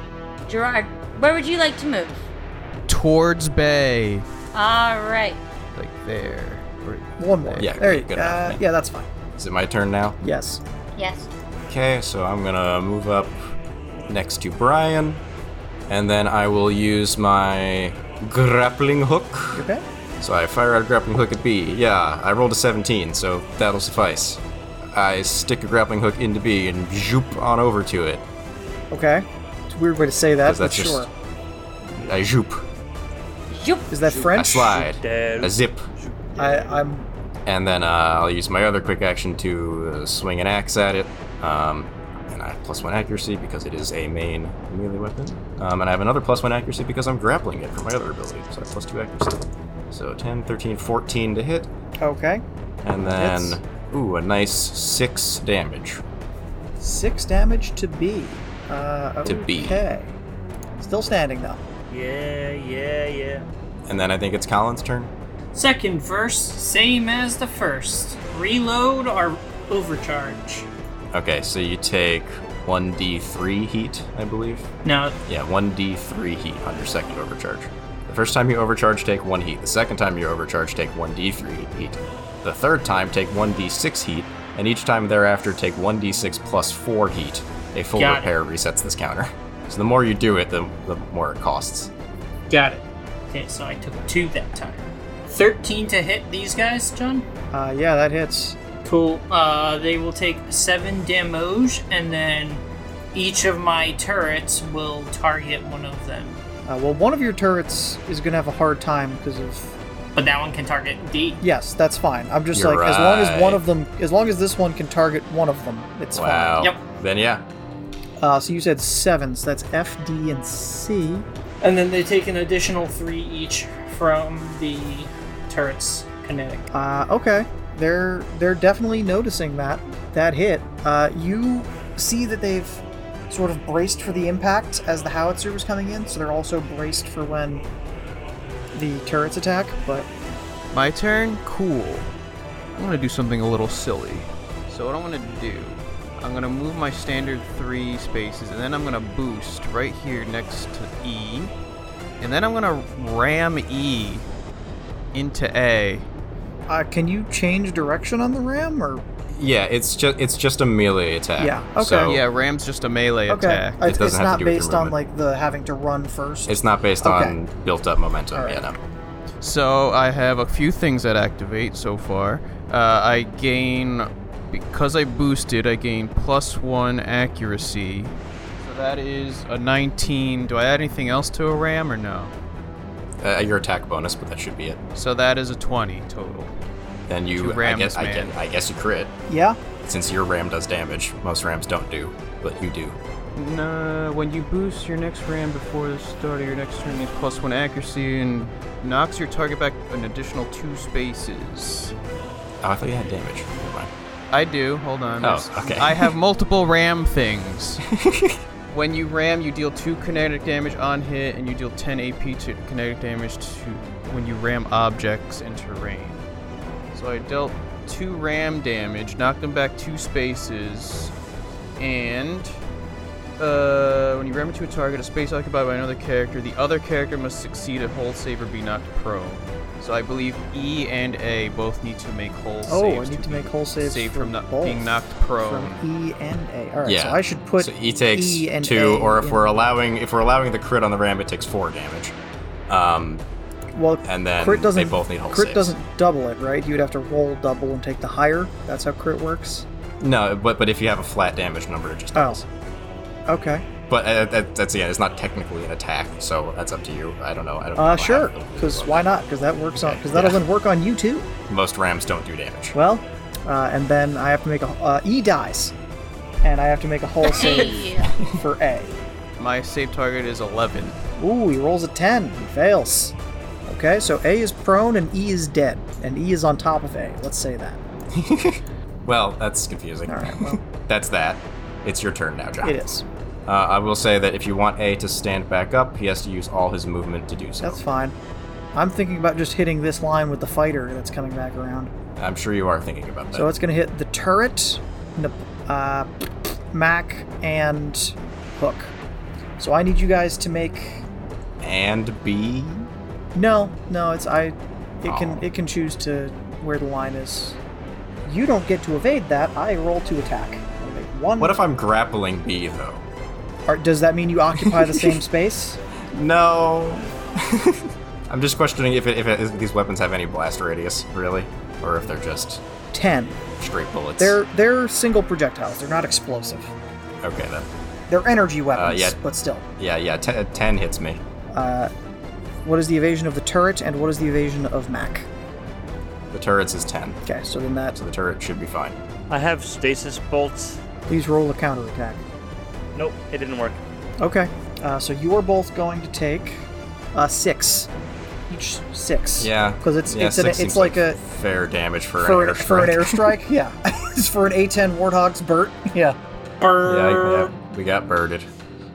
S3: Gerard, where would you like to move?
S5: Towards Bay.
S3: All right.
S5: Like there. Or-
S2: One more.
S1: yeah,
S2: There you
S1: good
S2: go.
S1: enough,
S2: Uh,
S1: yeah.
S2: yeah, that's fine.
S1: is it my turn now?
S2: Yes.
S3: Yes.
S1: Okay, so I'm gonna move up next to Brian, and then I will use my grappling hook.
S2: Okay.
S1: So I fire out a grappling hook at B. Yeah, I rolled a 17, so that'll suffice. I stick a grappling hook into B and zoop on over to it.
S2: Okay. It's a weird way to say that,
S1: 'Cause
S2: but
S1: that's just-
S2: sure.
S1: I zoop.
S3: Yup.
S2: Is that
S1: I
S2: French?
S1: slide.
S4: Dead.
S1: I zip.
S2: I, I'm
S1: And then uh, I'll use my other quick action to uh, swing an axe at it. Um, and I have plus one accuracy because it is a main melee weapon. Um, and I have another plus one accuracy because I'm grappling it for my other ability. So I have plus two accuracy. So 10, 13, 14 to hit.
S2: okay.
S1: And then,
S2: Hits.
S1: ooh, a nice six damage.
S2: Six damage to B. Uh,
S1: To B.
S2: Okay. Still standing though.
S4: Yeah, yeah, yeah.
S1: And then I think it's Colin's turn.
S6: Second verse, same as the first. Reload or overcharge?
S1: Okay, so you take 1d3 heat, I believe.
S6: No,
S1: Yeah, 1d3 heat on your second overcharge. The first time you overcharge, take 1 heat. The second time you overcharge, take 1d3 heat. The third time, take 1d6 heat, and each time thereafter, take 1d6 plus 4 heat. A full
S6: Got it.
S1: repair resets this counter. So the more you do it, the, the more it costs.
S6: got it. Okay, so I took two that time. 13 to hit these guys, John?
S2: Uh, yeah, that hits.
S6: Cool. Uh, they will take seven damage, and then each of my turrets will target one of them.
S2: Uh, well, one of your turrets is gonna have a hard time because of.
S6: But that one can target D.
S2: Yes, that's fine. I'm just
S1: You're
S2: like as long as one
S1: right.
S2: of them, as long as this one can target one of them, it's
S1: Wow.
S6: Yep.
S1: Then, yeah.
S2: fine. Uh, so you said seven, so that's F, D, and C.
S6: And then they take an additional three each from the turret's kinetic.
S2: Uh, okay, they're they're definitely noticing that that hit. Uh, you see that they've sort of braced for the impact as the howitzer was coming in, so they're also braced for when the turrets attack. But
S5: My turn? Cool. I'm gonna do something a little silly. So what I'm gonna do, I'm gonna move my standard three spaces, and then I'm gonna boost right here next to E. And then I'm gonna ram E into A.
S2: uh, can you change direction on the ram or
S1: Yeah, it's just it's just a melee attack.
S2: Yeah, okay.
S1: So
S5: Oh, Yeah, ram's just a melee attack.
S2: Okay, it's,
S1: doesn't
S2: it's
S1: have to
S2: not
S1: do with your
S2: based on
S1: movement.
S2: like the having to run first.
S1: It's not based
S2: Okay.
S1: on built up momentum.
S2: Alright.
S1: Yeah, no.
S5: So I have a few things that activate so far. Uh, I gain, because I boosted, I gain plus one accuracy. So that is a 19. Do I add anything else to a ram or no?
S1: Uh, your attack bonus, but that should be it.
S5: So that is a 20 total.
S1: Then you,
S5: To ram
S1: I guess,
S5: this
S1: I
S5: man.
S1: guess, I guess you crit
S2: yeah.
S1: since your ram does damage. Most rams don't do. but you do.
S5: No, when you boost your next ram before the start of your next turn, it's plus one accuracy and knocks your target back an additional two spaces.
S1: Oh, I thought you had damage. Never mind.
S5: I do. Hold on.
S1: Oh,
S5: There's-
S1: okay.
S5: I have multiple ram things. when you ram, you deal two kinetic damage on hit, and you deal 10 AP to kinetic damage to when you ram objects and terrain. So I dealt two ram damage, knocked him back two spaces, and uh, when you ram into a target, a space occupied by another character, the other character must succeed a hold save or be knocked prone. So I believe E and A both need to make whole
S2: Oh, I
S5: saves
S2: need to
S5: be
S2: make whole saves
S5: saved
S2: for
S5: from not
S2: both.
S5: being knocked prone.
S2: From E and A. All right,
S1: yeah.
S2: so I should put
S1: so E takes
S2: E and
S1: two,
S2: A
S1: or if
S2: in-
S1: we're allowing if we're allowing the crit on the ram, it takes four damage. Um,
S2: well,
S1: and then
S2: crit
S1: they
S2: doesn't
S1: both need whole
S2: crit
S1: saves.
S2: doesn't double it, right? You would have to roll double and take the higher. That's how crit works.
S1: no, but but if you have a flat damage number, it just
S2: Oh, okay.
S1: But uh, that, that's yeah, it's not technically an attack, so that's up to you. I don't know. I don't. know
S2: Uh,
S1: how
S2: sure.
S1: happened.
S2: Because why not? Because that works on.
S1: Okay,
S2: Because that
S1: yeah.
S2: doesn't work on you too.
S1: Most rams don't do damage.
S2: Well, uh, and then I have to make a uh, E dies, and I have to make a whole save
S3: Hey.
S2: for A.
S5: My save target is 11.
S2: Ooh, he rolls a 10. He fails. Okay, so A is prone and E is dead. And E is on top of A. Let's say that.
S1: Well, that's confusing.
S2: All right, well,
S1: That's that. It's your turn now, John.
S2: it is.
S1: Uh, I will say that if you want A to stand back up, he has to use all his movement to do so.
S2: That's fine. I'm thinking about just hitting this line with the fighter that's coming back around.
S1: I'm sure you are thinking about that.
S2: So it's going to hit the turret, Nap- uh, Mac, and Hook. So I need you guys to make.
S1: and B.
S2: No, no, it's I. It can
S1: Aw.
S2: it can choose to where the line is. You don't get to evade that. I roll to attack. I make one.
S1: What if I'm grappling B though?
S2: Or does that mean you occupy the same space?
S1: No. I'm just questioning if, it, if, it, if these weapons have any blast radius, really, or if they're just
S2: Ten.
S1: straight bullets.
S2: They're they're single projectiles. They're not explosive.
S1: okay then.
S2: They're energy weapons,
S1: Uh, yeah.
S2: but still.
S1: Yeah, yeah. Ten, ten hits me.
S2: Uh, what is the evasion of the turret, and what is the evasion of Mac?
S1: The turrets is ten.
S2: Okay, so then that
S1: So the turret should be fine.
S4: I have stasis bolts.
S2: please roll a counterattack.
S4: Nope, it didn't work.
S2: Okay, uh, so you are both going to take uh, six, each six.
S1: Yeah.
S2: because it's
S1: yeah,
S2: it's, an,
S1: six
S2: it's
S1: seems
S2: like a
S1: fair damage for,
S2: for
S1: an
S2: an,
S1: airstrike.
S2: for an airstrike. yeah, it's for an A10 Warthog's Burt. Yeah.
S6: Burr.
S1: yeah, yeah, we got birded.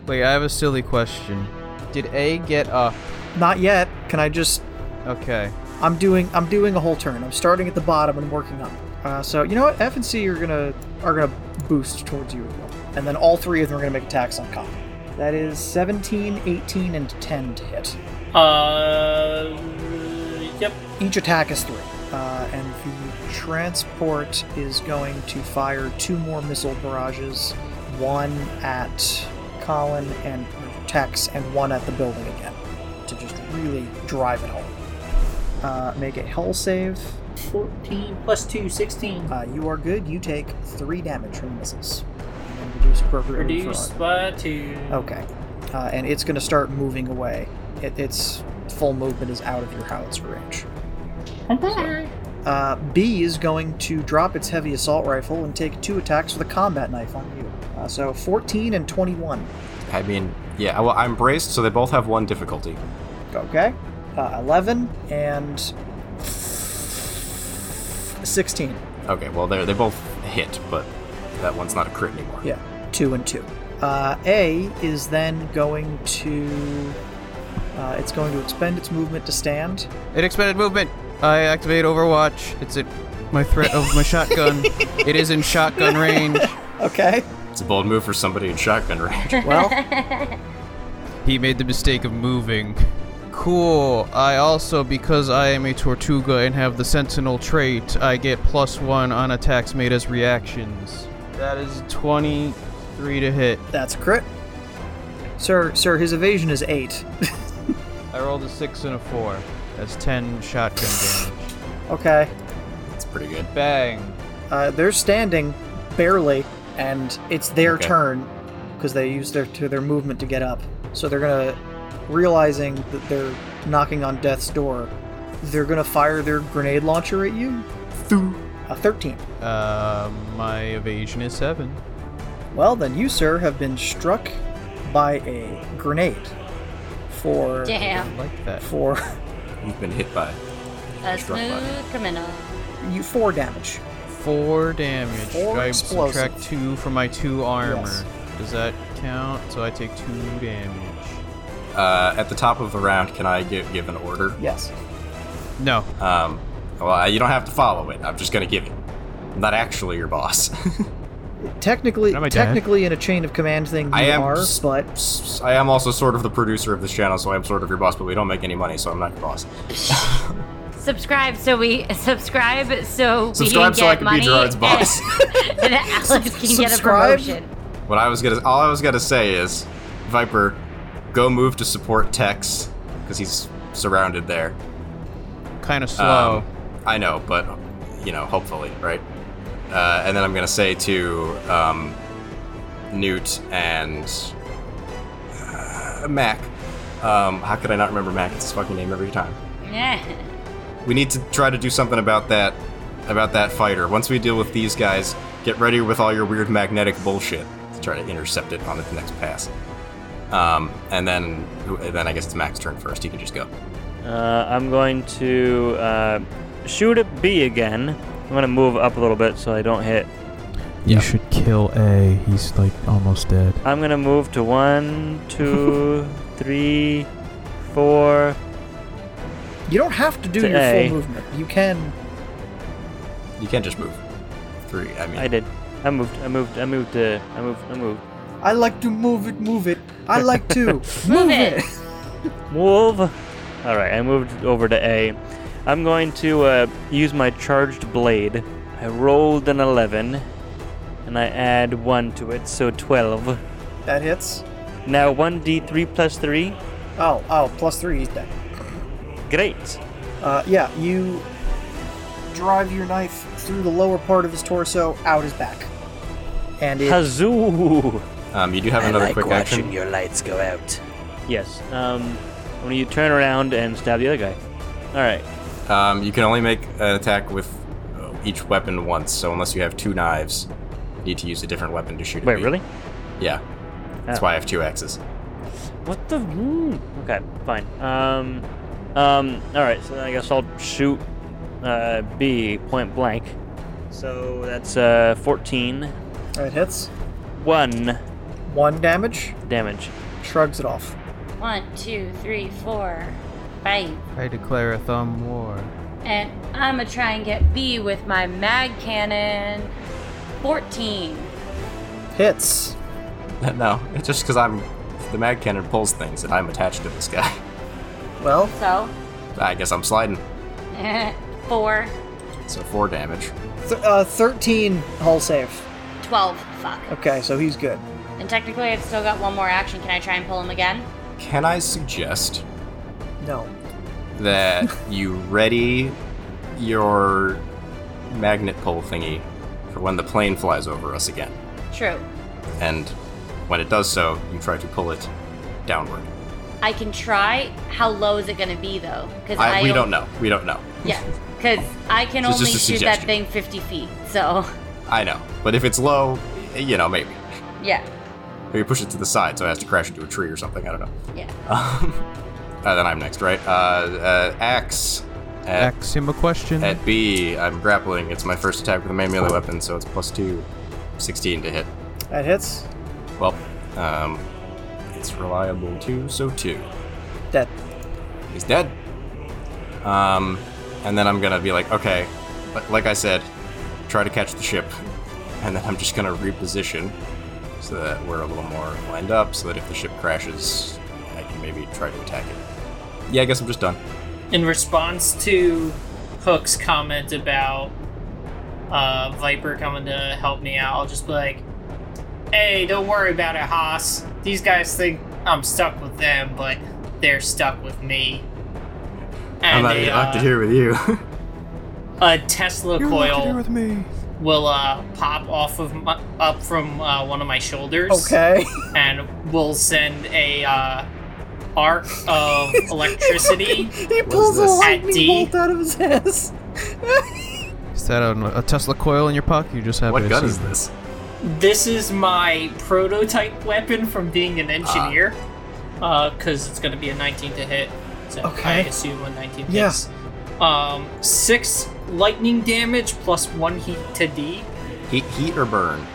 S5: Wait, I have a silly question. Did A get up?
S2: Not yet. Can I just
S5: Okay.
S2: I'm doing I'm doing a whole turn. I'm starting at the bottom and working up. Uh, so you know what? F and C are gonna are gonna boost towards you, as well. and then all three of them are gonna make attacks on Cop. That is 17, 18, and 10 to hit.
S6: Uh, yep.
S2: Each attack is three, uh, and the transport is going to fire two more missile barrages, one at Colin and Tex, and one at the building again, to just really drive it home. Uh, make a hull save.
S6: 14 plus 2, 16.
S2: Uh, you are good. You take three damage from the missiles. And then reduce appropriately for
S6: Reduced
S2: arc.
S6: by 2.
S2: Okay. Uh, and it's going to start moving away. It, its full movement is out of your howitzer range. Uh, B is going to drop its heavy assault rifle and take two attacks with a combat knife on you. Uh, so 14 and 21.
S1: I mean, yeah. Well, I'm braced, so they both have one difficulty.
S2: Okay. Uh, 11 and 16.
S1: Okay. Well, they they both hit, but that one's not a crit anymore.
S2: Yeah, two and two. Uh, A is then going to. Uh, it's going to expend its movement to stand.
S5: It expended movement. I activate Overwatch. It's at my threat of my shotgun. it is in shotgun range.
S2: Okay.
S1: It's a bold move for somebody in shotgun range.
S2: Well,
S5: He made the mistake of moving. Cool. I also, because I am a Tortuga and have the Sentinel trait, I get plus one on attacks made as reactions. That is 23 to hit.
S2: that's a crit. Sir, sir, his evasion is eight.
S5: I rolled a six and a four. That's 10 shotgun damage.
S2: Okay.
S1: That's pretty good.
S5: Bang.
S2: Uh, they're standing, barely, and it's their
S1: Okay.
S2: turn because they used their to their movement to get up. So they're gonna, realizing that they're knocking on death's door, they're gonna fire their grenade launcher at you. A thirteen.
S5: Uh, my evasion is seven.
S2: Well, then you, sir, have been struck by a grenade for
S5: I
S3: Damn.
S5: like that.
S2: for
S8: You've been hit by.
S3: A
S8: Struck by.
S3: smooth criminal.
S2: you four damage.
S5: Four damage.
S2: Four
S5: Do I
S2: explosive.
S5: subtract two from my two armor.
S2: Yes.
S5: Does that count? So I take two damage.
S8: Uh, at the top of the round, can I give, give an order?
S2: Yes.
S5: No.
S8: Um, well, I- you don't have to follow it. Oh, I'm just gonna give it. I'm not actually your boss.
S2: Technically,
S5: Am I dead?
S2: technically, in a chain of command thing, you
S8: I am
S2: are,
S8: s-
S2: but
S8: S- I am also sort of the producer of this channel, so I'm sort of your boss, but we don't make any money, so I'm not your boss.
S3: Subscribe so we subscribe so we
S8: Subscribe
S3: can get
S8: so I can be
S3: money
S8: Gerard's boss.
S3: And, and Alex can get a
S2: subscribe.
S3: promotion.
S8: What I was gonna, all I was gonna say is, Viper, go move to support Tex because he's surrounded there.
S5: Kind of slow.
S8: Um, I know, but you know, hopefully, right? Uh, and then I'm gonna say to um, Newt and uh, Mac. Um, how could I not remember Mac? It's his fucking name every time.
S3: Yeah.
S8: We need to try to do something about that, about that fighter. Once we deal with these guys, get ready with all your weird magnetic bullshit to try to intercept it on the next pass. Um, and then, then I guess it's Mac's turn first. He could just go.
S4: Uh, I'm going to uh, shoot at B again. I'm going to move up a little bit so I don't hit.
S9: You should kill A. He's like almost dead.
S4: I'm going to move to one, two, three, four.
S2: you don't have to do
S4: To
S2: your
S4: A.
S2: full movement. You can.
S8: You can't just move. Three. I mean,
S4: I did. I moved. I moved. I moved. Uh, I moved. I moved.
S2: I like to move it, move it. I like to
S3: Move
S2: move it.
S3: it.
S4: Move. All right. I moved over to A. I'm going to uh, use my charged blade. I rolled an 11, and I add one to it, so 12.
S2: That hits.
S4: Now 1d3 plus three.
S2: Oh, oh, plus three. He's dead.
S4: Great.
S2: Uh, yeah, you drive your knife through the lower part of his torso, out his back, and it
S4: Hazoo.
S8: um, you do have another quick action.
S1: your lights go out.
S4: Yes. Um, when you turn around and stab the other guy. All right.
S8: Um, you can only make an attack with uh, each weapon once, so unless you have two knives, you need to use a different weapon to shoot. at
S4: Wait,
S8: me.
S4: really?
S8: Yeah. That's
S4: Oh.
S8: why I have two axes.
S4: What the? mm, Okay, fine. Um, um. All right. So I guess I'll shoot uh, B point blank. So that's uh 14.
S2: it hits.
S4: One
S2: One damage.
S4: damage.
S2: Shrugs it off.
S3: One, two, three, four. Bang.
S5: I declare a thumb war.
S3: And I'm gonna try and get B with my mag cannon. 14.
S2: Hits.
S8: no, it's just because I'm the mag cannon pulls things and I'm attached to this guy.
S2: Well,
S3: So,
S8: I guess I'm sliding.
S3: four,
S8: So four damage.
S2: th- uh, 13 hull save.
S3: 12. Fuck.
S2: Okay, so he's good.
S3: And technically, I've still got one more action. Can I try and pull him again?
S8: Can I suggest
S2: No.
S8: that you ready your magnet pole thingy for when the plane flies over us again?
S3: True.
S8: And when it does so, you try to pull it downward.
S3: I can try. How low is it gonna be though? Because
S8: I, we don't know. We don't know.
S3: Yeah. Because I can
S8: This is
S3: only
S8: just a
S3: shoot that
S8: suggestion.
S3: thing 50 feet. So,
S8: I know. But if it's low, you know, maybe.
S3: yeah.
S8: Maybe push it to the side so it has to crash into a tree or something. I don't know.
S3: Yeah.
S8: Um, uh, then I'm next, right? Uh, uh, axe. At,
S5: Ask him a question.
S8: at B, I'm grappling. It's my first attack with a main melee weapon, so it's plus two. 16 to hit.
S2: That hits.
S8: Well, um, it's reliable too, so two.
S2: That.
S8: He's dead. Um, and then I'm gonna be like, okay, but like I said, try to catch the ship, and then I'm just gonna reposition so that we're a little more lined up, so that if the ship crashes, I can maybe try to attack it. Yeah, I guess I'm just done.
S6: In response to Hook's comment about uh, Viper coming to help me out, I'll just be like, hey, don't worry about it, Haas. These guys think I'm stuck with them, but they're stuck with me. And
S8: I'm not
S6: a,
S8: even locked
S6: uh,
S8: in here with you.
S6: a Tesla
S9: You're lucky
S6: coil
S9: you're with me.
S6: will uh, pop off of my, up from uh, one of my shoulders.
S2: Okay.
S6: And will send a uh, arc of electricity.
S2: he pulls a
S8: this?
S6: At
S2: lightning
S6: D?
S2: bolt out of his ass.
S5: Is that a, a Tesla coil in your pocket? You just have
S8: what
S5: to
S8: gun
S5: see-
S8: is this?
S6: This is my prototype weapon from being an engineer, because it's going to be a 19 to hit. So I
S2: Ah. Okay.
S6: assume a 19
S2: Yeah.
S6: hits. Um, six lightning damage plus one heat to D.
S1: Heat, heat or burn?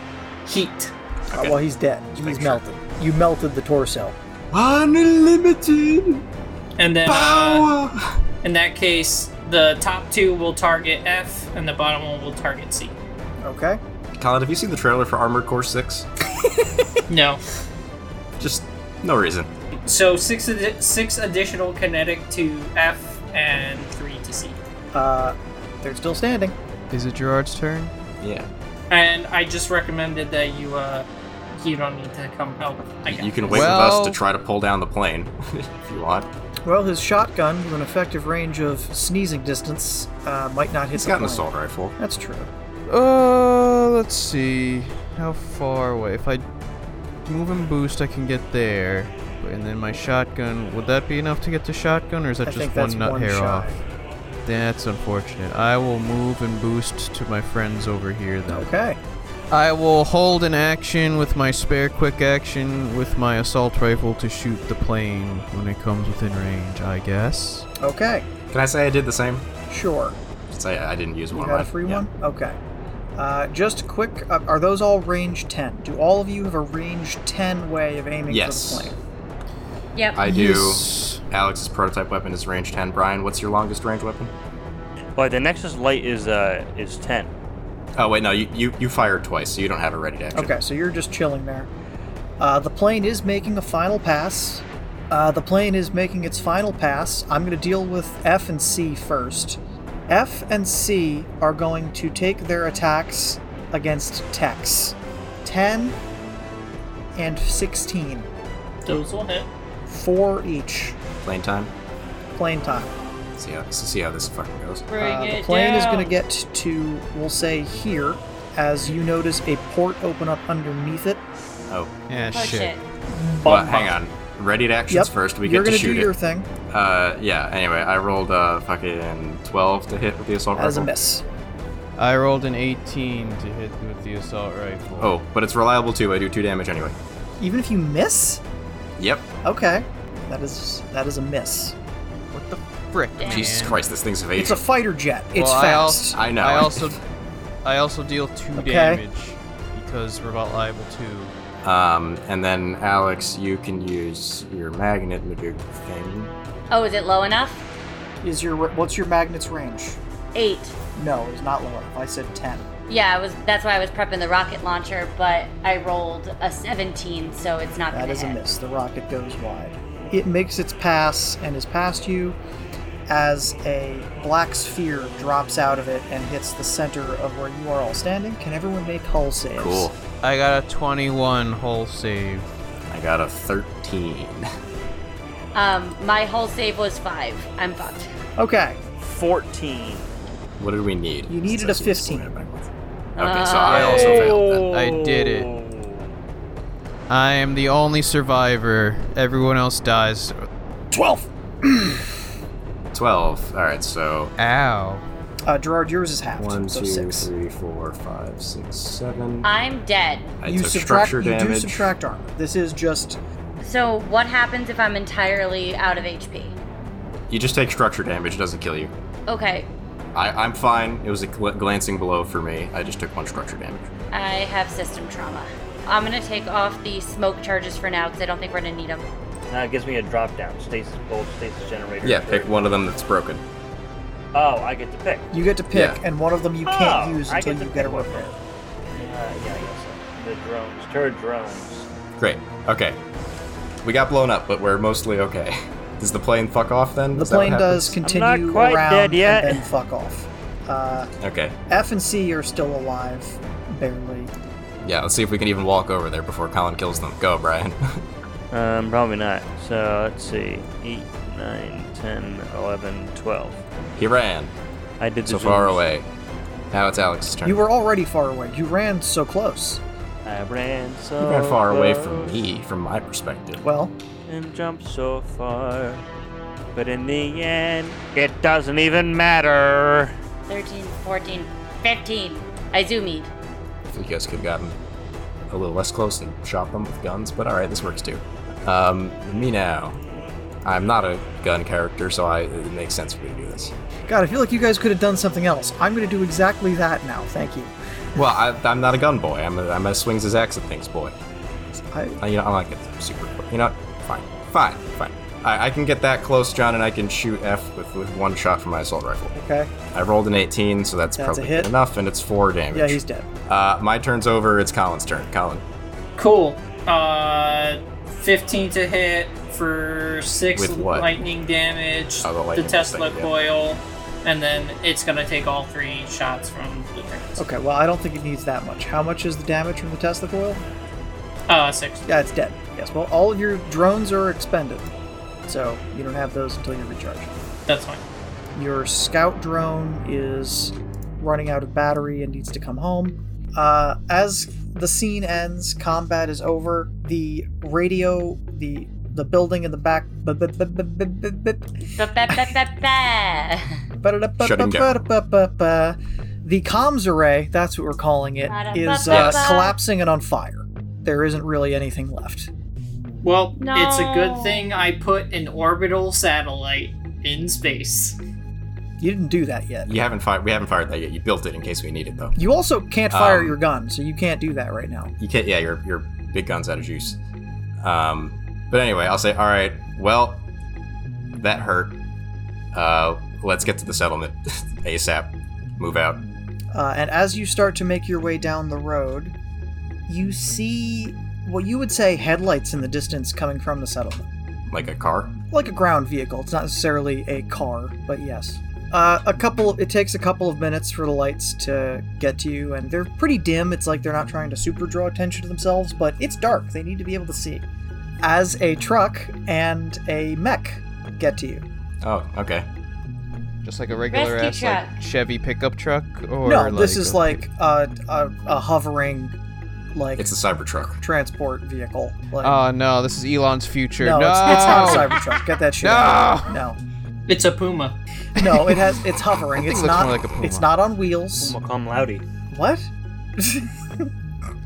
S6: Heat.
S2: Uh, well, he's dead. He's
S1: make sure.
S2: melted. You melted the torso.
S1: Unlimited
S6: And then, uh,
S8: Ah.
S6: in that case, the top two will target F, and the bottom one will target C.
S2: Okay.
S1: Colin, have you seen the trailer for Armored Core 6?
S6: No.
S1: Just no reason.
S6: So six ad- six additional kinetic to F and three to C.
S2: Uh, they're still standing.
S5: Is it Gerard's turn?
S1: Yeah.
S6: And I just recommended that you uh you don't need to come help. I guess.
S1: You can wait with us to
S5: Well-
S1: try to pull down the plane if you want.
S2: Well, his shotgun, with an effective range of sneezing distance, uh, might not hit
S1: He's
S2: the
S1: got an
S2: plane.
S1: assault rifle.
S2: That's true.
S5: Uh, let's see. How far away? If I move and boost, I can get there. And then my shotgun. Would that be enough to get the shotgun, or is that
S2: I think
S5: just
S2: that's
S5: one nut
S2: one
S5: hair
S2: shot.
S5: off? That's unfortunate. I will move and boost to my friends over here then.
S2: Okay.
S5: I will hold an action with my spare quick action with my assault rifle to shoot the plane when it comes within range, I guess.
S2: Okay.
S1: Can I say I did the same?
S2: Sure.
S1: Just say I didn't use
S2: You
S1: one.
S2: got a
S1: right?
S2: free
S1: Yeah.
S2: one? Okay. Uh, just quick, uh, are those all range 10? Do all of you have a range 10 way of aiming
S1: Yes.
S2: for the plane?
S3: Yep.
S1: I do.
S5: Yes.
S1: Alex's prototype weapon is range 10. Brian, what's your longest range weapon?
S4: But the Nexus light is uh is ten.
S1: Oh, wait, no, you, you, you fired twice, so you don't have a ready to action.
S2: Okay, so you're just chilling there. Uh, the plane is making a final pass. Uh, the plane is making its final pass. I'm going to deal with F and C first. F and C are going to take their attacks against Tex 10 and 16.
S6: Those will hit.
S2: Four each.
S1: Plane time.
S2: Plane time.
S1: See how, see how this fucking goes.
S3: Bring
S2: Uh, the
S3: it
S2: plane is
S3: down.
S2: going to get to, we'll say here, as you notice a port open up underneath it.
S1: Oh,
S5: Yeah,
S3: Oh shit.
S1: well, hang on. Ready to
S2: Yep,
S1: actions first. We
S2: You're
S1: get to
S2: gonna
S1: shoot
S2: do
S1: it.
S2: your thing
S1: Uh, yeah. Anyway, I rolled uh fucking twelve to hit with the assault
S2: as a
S1: rifle.
S2: miss.
S5: I rolled an 18 to hit with the assault rifle.
S1: Oh, but it's reliable too. I do two damage anyway.
S2: Even if you miss,
S1: Yep.
S2: okay, that is that is a miss.
S5: what the frick,
S3: Damn.
S5: man.
S1: Jesus Christ, this thing's
S2: It's a
S1: evasion.
S2: fighter jet. It's
S5: Well, I
S2: fast.
S5: also-
S1: I know.
S5: I also, I also deal two
S2: Okay.
S5: damage because we're liable to.
S1: um, and then Alex, you can use your magnet magic thing.
S3: Oh, is it low enough?
S2: Is your what's your magnet's range?
S3: Eight.
S2: No, it's not low enough. I said ten.
S3: Yeah, I was. That's why I was prepping the rocket launcher, but I rolled a 17, so it's not
S2: That
S3: gonna
S2: is a
S3: hit.
S2: miss. The rocket goes wide. It makes its pass and is past you as a black sphere drops out of it and hits the center of where you are all standing. Can everyone make hull saves?
S1: Cool.
S5: I got a 21 hull save.
S1: I got a thirteen.
S3: Um, my whole save was five. I'm fucked.
S2: Okay.
S4: Fourteen.
S1: what did we need?
S2: You Uh, needed
S1: Since
S2: a
S1: I used
S2: 15.
S1: the back one. Okay, so I also failed. Then.
S5: I did it.
S4: Oh.
S5: I am the only survivor. Everyone else dies.
S2: Twelve.
S1: Twelve. All right, so
S5: Ow.
S2: Uh, Gerard, yours is halved.
S1: one,
S2: so
S1: two,
S2: six.
S1: three, four, five, six, seven.
S3: I'm dead.
S1: I
S2: you
S1: took
S2: subtract.
S1: structure
S2: You
S1: damage.
S2: do subtract armor. This is just
S3: So what happens if I'm entirely out of HP?
S1: You just take structure damage. It doesn't kill you.
S3: Okay,
S1: I, I'm fine. It was a gl- glancing blow for me. I just took one structure damage.
S3: I have system trauma. I'm gonna take off the smoke charges for now because I don't think we're gonna need them.
S4: Now it gives me a drop down. Stasis gold, stasis generator.
S1: Yeah, pick one of them that's broken.
S4: Oh, I get to pick.
S2: you get to pick,
S1: Yeah.
S2: and one of them
S4: Oh,
S2: you can't use until you get a
S4: weapon.
S2: repair.
S4: Uh, yeah, I guess so. The drones, turret drones.
S1: Great. Okay. We got blown up, but we're mostly okay. Does the plane fuck off then?
S2: The
S1: Is that what
S2: plane does
S1: happens?
S2: continue
S4: not quite
S2: around
S4: dead yet.
S2: and then fuck off. Uh,
S1: Okay.
S2: F and C are still alive, barely.
S1: Yeah, let's see if we can even walk over there before Colin kills them. Go, Brian.
S4: Um, probably not. So let's see. 8, 9, 10, 11, 12.
S1: he ran
S4: I did the
S1: so far
S4: zooms.
S1: away. Now it's Alex's turn.
S2: You were already far away. You ran so close.
S4: I ran so
S1: You ran far away
S4: low
S1: from me, from my perspective.
S2: Well,
S4: And jumped so far. But in the end, it doesn't even matter.
S3: 13, 14, 15. I zoomed.
S1: If you guys could have gotten a little less close and shot them with guns, but alright, this works too. Um, me now. I'm not a gun character, so I, it makes sense for me to do this.
S2: God, I feel like you guys could have done something else. I'm going to do exactly that now. Thank you.
S1: Well, I, I'm not a gun boy. I'm a, I'm a swings his axe at things boy.
S2: I,
S1: Uh, You know, I'm not getting super. You know, fine, fine, fine. I, I can get that close, John, and I can shoot F with, with one shot from my assault rifle.
S2: okay.
S1: I rolled an 18, so that's,
S2: That's a
S1: probably
S2: hit.
S1: good enough, and it's four damage.
S2: Yeah, he's dead.
S1: Uh, my turn's over. It's Colin's turn. Colin,
S6: Cool. Uh, 15 to hit for 6
S1: With what?
S6: lightning damage,
S1: Oh, the lightning
S6: Tesla
S1: thing, yeah.
S6: coil, and then it's going to take all three shots from the turns.
S2: Okay, well, I don't think it needs that much. How much is the damage from the Tesla coil?
S6: Uh, 6.
S2: Yeah, it's dead. Yes, well, all of your drones are expended, so you don't have those until you recharge.
S6: That's fine.
S2: Your scout drone is running out of battery and needs to come home. Uh, as the scene ends, combat is over. The radio, the the building in the back,
S3: Ba-ba-ba-ba-ba.
S1: Shutting
S2: the comms array, that's what we're calling it, is uh,
S3: Yes.
S2: collapsing and on fire. There isn't really anything left.
S6: Well, it's a
S3: No.
S6: good thing I put an orbital satellite in space.
S2: You didn't do that yet.
S1: you haven't fired. We haven't fired that yet. You built it in case we need it, though.
S2: You also can't fire
S1: Um,
S2: your gun, so you can't do that right now.
S1: You can't. Yeah, your your big gun's out of juice. Um, but anyway, I'll say, all right. Well, that hurt. Uh, let's get to the settlement asap. Move out.
S2: Uh, and as you start to make your way down the road, you see what you would say headlights in the distance coming from the settlement.
S1: Like a car.
S2: Like a ground vehicle. It's not necessarily a car, but yes. Uh, a couple. It takes a couple of minutes for the lights to get to you, and they're pretty dim. It's like they're not trying to super draw attention to themselves, but it's dark. They need to be able to see. As a truck and a mech get to you.
S1: Oh, okay.
S5: Just like a regular
S3: Rescue
S5: ass like
S3: truck.
S5: Chevy pickup truck, or
S2: no, this
S5: like
S2: is
S5: a-
S2: like a, a, a hovering, like
S1: It's a Cybertruck.
S2: transport vehicle. Like,
S5: Oh no, this is Elon's future.
S2: no,
S5: No,
S2: It's, it's not a Cybertruck. Get that shit.
S5: No!
S2: out of here. no,
S6: It's a Puma.
S2: no. It has. It's hovering.
S5: That
S2: It's
S5: thing looks
S2: not.
S5: more like a Puma.
S2: It's not on wheels.
S4: Puma cum laude.
S2: What?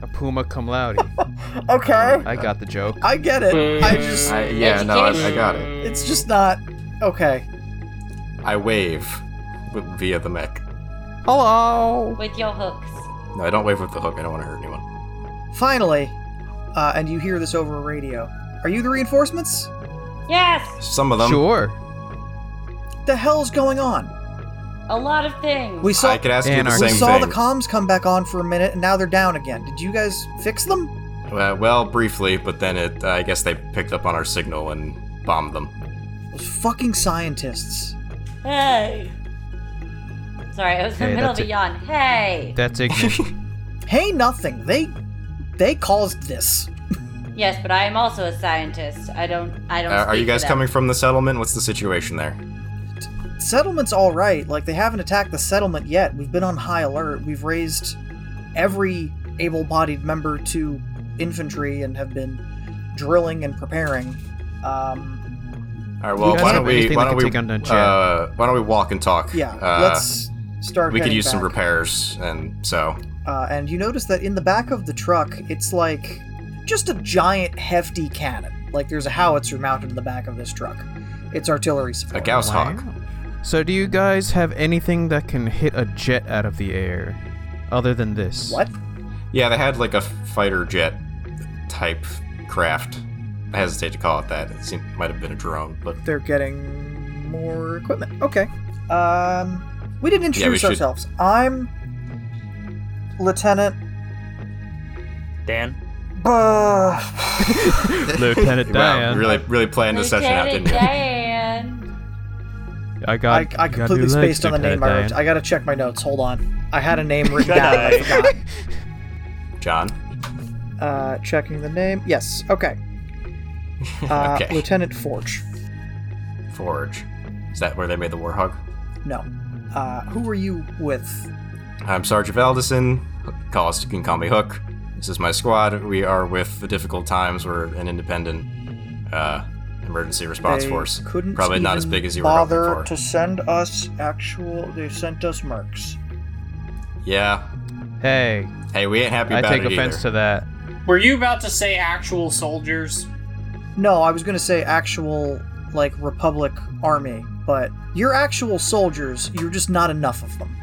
S5: a Puma cum laude.
S2: Oh okay,
S5: I got the joke.
S2: I get it. I just.
S1: Mm, I, yeah, no, I, I got it.
S2: It's just not. Okay.
S1: I wave w- via the mech.
S5: Hello.
S3: With your hooks.
S1: No, I don't wave with the hook. I don't want to hurt anyone.
S2: Finally, uh, and you hear this over a radio. Are you the reinforcements?
S3: Yes,
S1: Some of them.
S5: Sure.
S2: The hell's going on?
S3: a lot of things.
S2: We saw.
S1: I could ask you the
S5: Anarchy.
S2: we
S1: same
S2: saw
S1: thing.
S2: the comms come back on for a minute, and now they're down again. Did you guys fix them?
S1: uh, well, briefly, but then it. I guess they picked up on our signal and bombed them.
S2: Those fucking scientists.
S3: hey. Sorry, I was in the
S5: Hey,
S3: middle of
S5: that's
S3: a
S5: it.
S3: yawn. Hey.
S5: That's ignorant.
S2: Hey, nothing. They they caused this.
S3: Yes, but I am also a scientist. I don't. I don't.
S1: Uh, are
S3: speak
S1: you
S3: for
S1: guys
S3: them.
S1: coming from the settlement? What's the situation there?
S2: Settlement's all right. Like they haven't attacked the settlement yet. We've been on high alert. We've raised every able-bodied member to infantry and have been drilling and preparing. Um,
S1: All right. Well,
S5: guys
S1: why
S5: have
S1: don't we?
S5: anything
S1: Why
S5: that
S1: don't
S5: could
S1: we?
S5: take on the chat?
S1: Uh, why don't we walk and talk?
S2: yeah,
S1: Uh,
S2: let's start.
S1: we could
S2: heading
S1: use some
S2: back.
S1: repairs, and so
S2: Uh, and you notice that in the back of the truck, it's like just a giant, hefty cannon. Like there's a howitzer mounted in the back of this truck. It's artillery
S1: a
S2: support.
S1: Gauss
S5: Wow.
S1: hawk.
S5: So, do you guys have anything that can hit a jet out of the air, other than this?
S2: What?
S1: Yeah, they had like a fighter jet type craft. I hesitate to call it that. It seemed, might have been a drone, but
S2: they're getting more equipment. Okay. Um, we didn't
S1: Yeah, we
S2: introduce
S1: should-
S2: ourselves. I'm Lieutenant.
S4: Dan.
S2: Buh.
S5: Lieutenant
S1: wow,
S5: Diane.
S1: really, really planned the session out,
S3: Lieutenant
S1: didn't you?
S3: Dan.
S5: I
S2: I,
S5: got.
S2: I
S5: got
S2: completely
S5: new legs,
S2: spaced on the name I
S5: Lieutenant
S2: wrote. I gotta check my notes. Hold on. I had a name written
S4: Good
S2: down. I
S4: night.
S2: forgot.
S1: John.
S2: Uh, checking the name. Yes. Okay. Uh,
S1: Okay.
S2: Lieutenant Forge.
S1: Forge. Is that where they made the warhog?
S2: No. Uh, who were you with?
S1: I'm Sergeant Valdison. Call us, you can call me Hook. This is my squad. We are with the Difficult Times. We're an independent uh, emergency response
S2: They
S1: force.
S2: Couldn't
S1: Probably not
S2: even
S1: as big as you were hoping
S2: bother
S1: for.
S2: to send us actual. They sent us mercs.
S1: Yeah.
S5: Hey,
S1: Hey, we ain't happy
S5: I
S1: about
S5: take
S1: it
S5: offense
S1: either.
S5: to that.
S6: Were you about to say actual soldiers?
S2: No, I was going to say actual, like, Republic army, but you're actual soldiers, you're just not enough of them.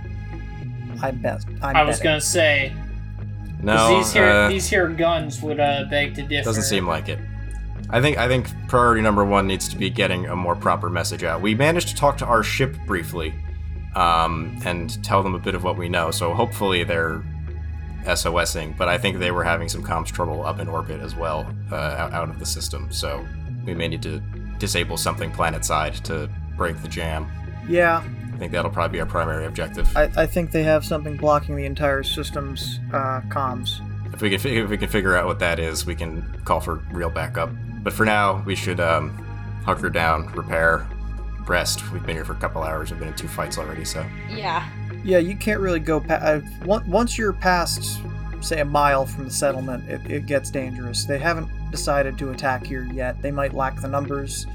S2: I bet. I'm
S6: I was
S2: betting.
S6: gonna say 'cause
S1: No,
S6: these here
S1: uh,
S6: these here guns would uh, beg to differ.
S1: doesn't seem like it. I think I think priority number one needs to be getting a more proper message out. We managed to talk to our ship briefly, um, and tell them a bit of what we know. So hopefully they're SOSing, but I think they were having some comms trouble up in orbit as well, uh, out, out of the system. So we may need to disable something planet side to break the jam.
S2: Yeah,
S1: I think that'll probably be our primary objective.
S2: I, I think they have something blocking the entire system's uh, comms.
S1: If we can fi- if we can figure out what that is, we can call for real backup. But for now, we should um, hunker down, repair, rest. We've been here for a couple hours. We've been in two fights already, so
S3: Yeah.
S2: Yeah, you can't really go past. Once you're past, say, a mile from the settlement, it, it gets dangerous. They haven't decided to attack here yet. They might lack the numbers.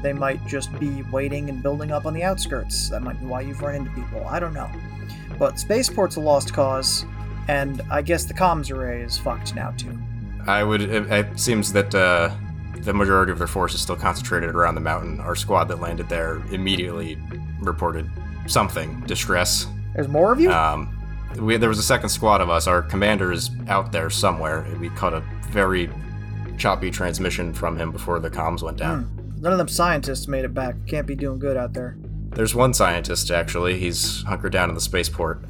S2: They might just be waiting and building up on the outskirts. That might be why you've run into people. I don't know. But Spaceport's a lost cause, and I guess the comms array is fucked now, too.
S1: I would. It, it seems that uh, the majority of their force is still concentrated around the mountain. Our squad that landed there immediately reported something distress.
S2: There's more of you?
S1: Um, we, there was a second squad of us. Our commander is out there somewhere. We caught a very choppy transmission from him before the comms went down.
S2: Hmm. None of them scientists made it back. Can't be doing good out there.
S1: There's one scientist, actually. He's hunkered down in the spaceport.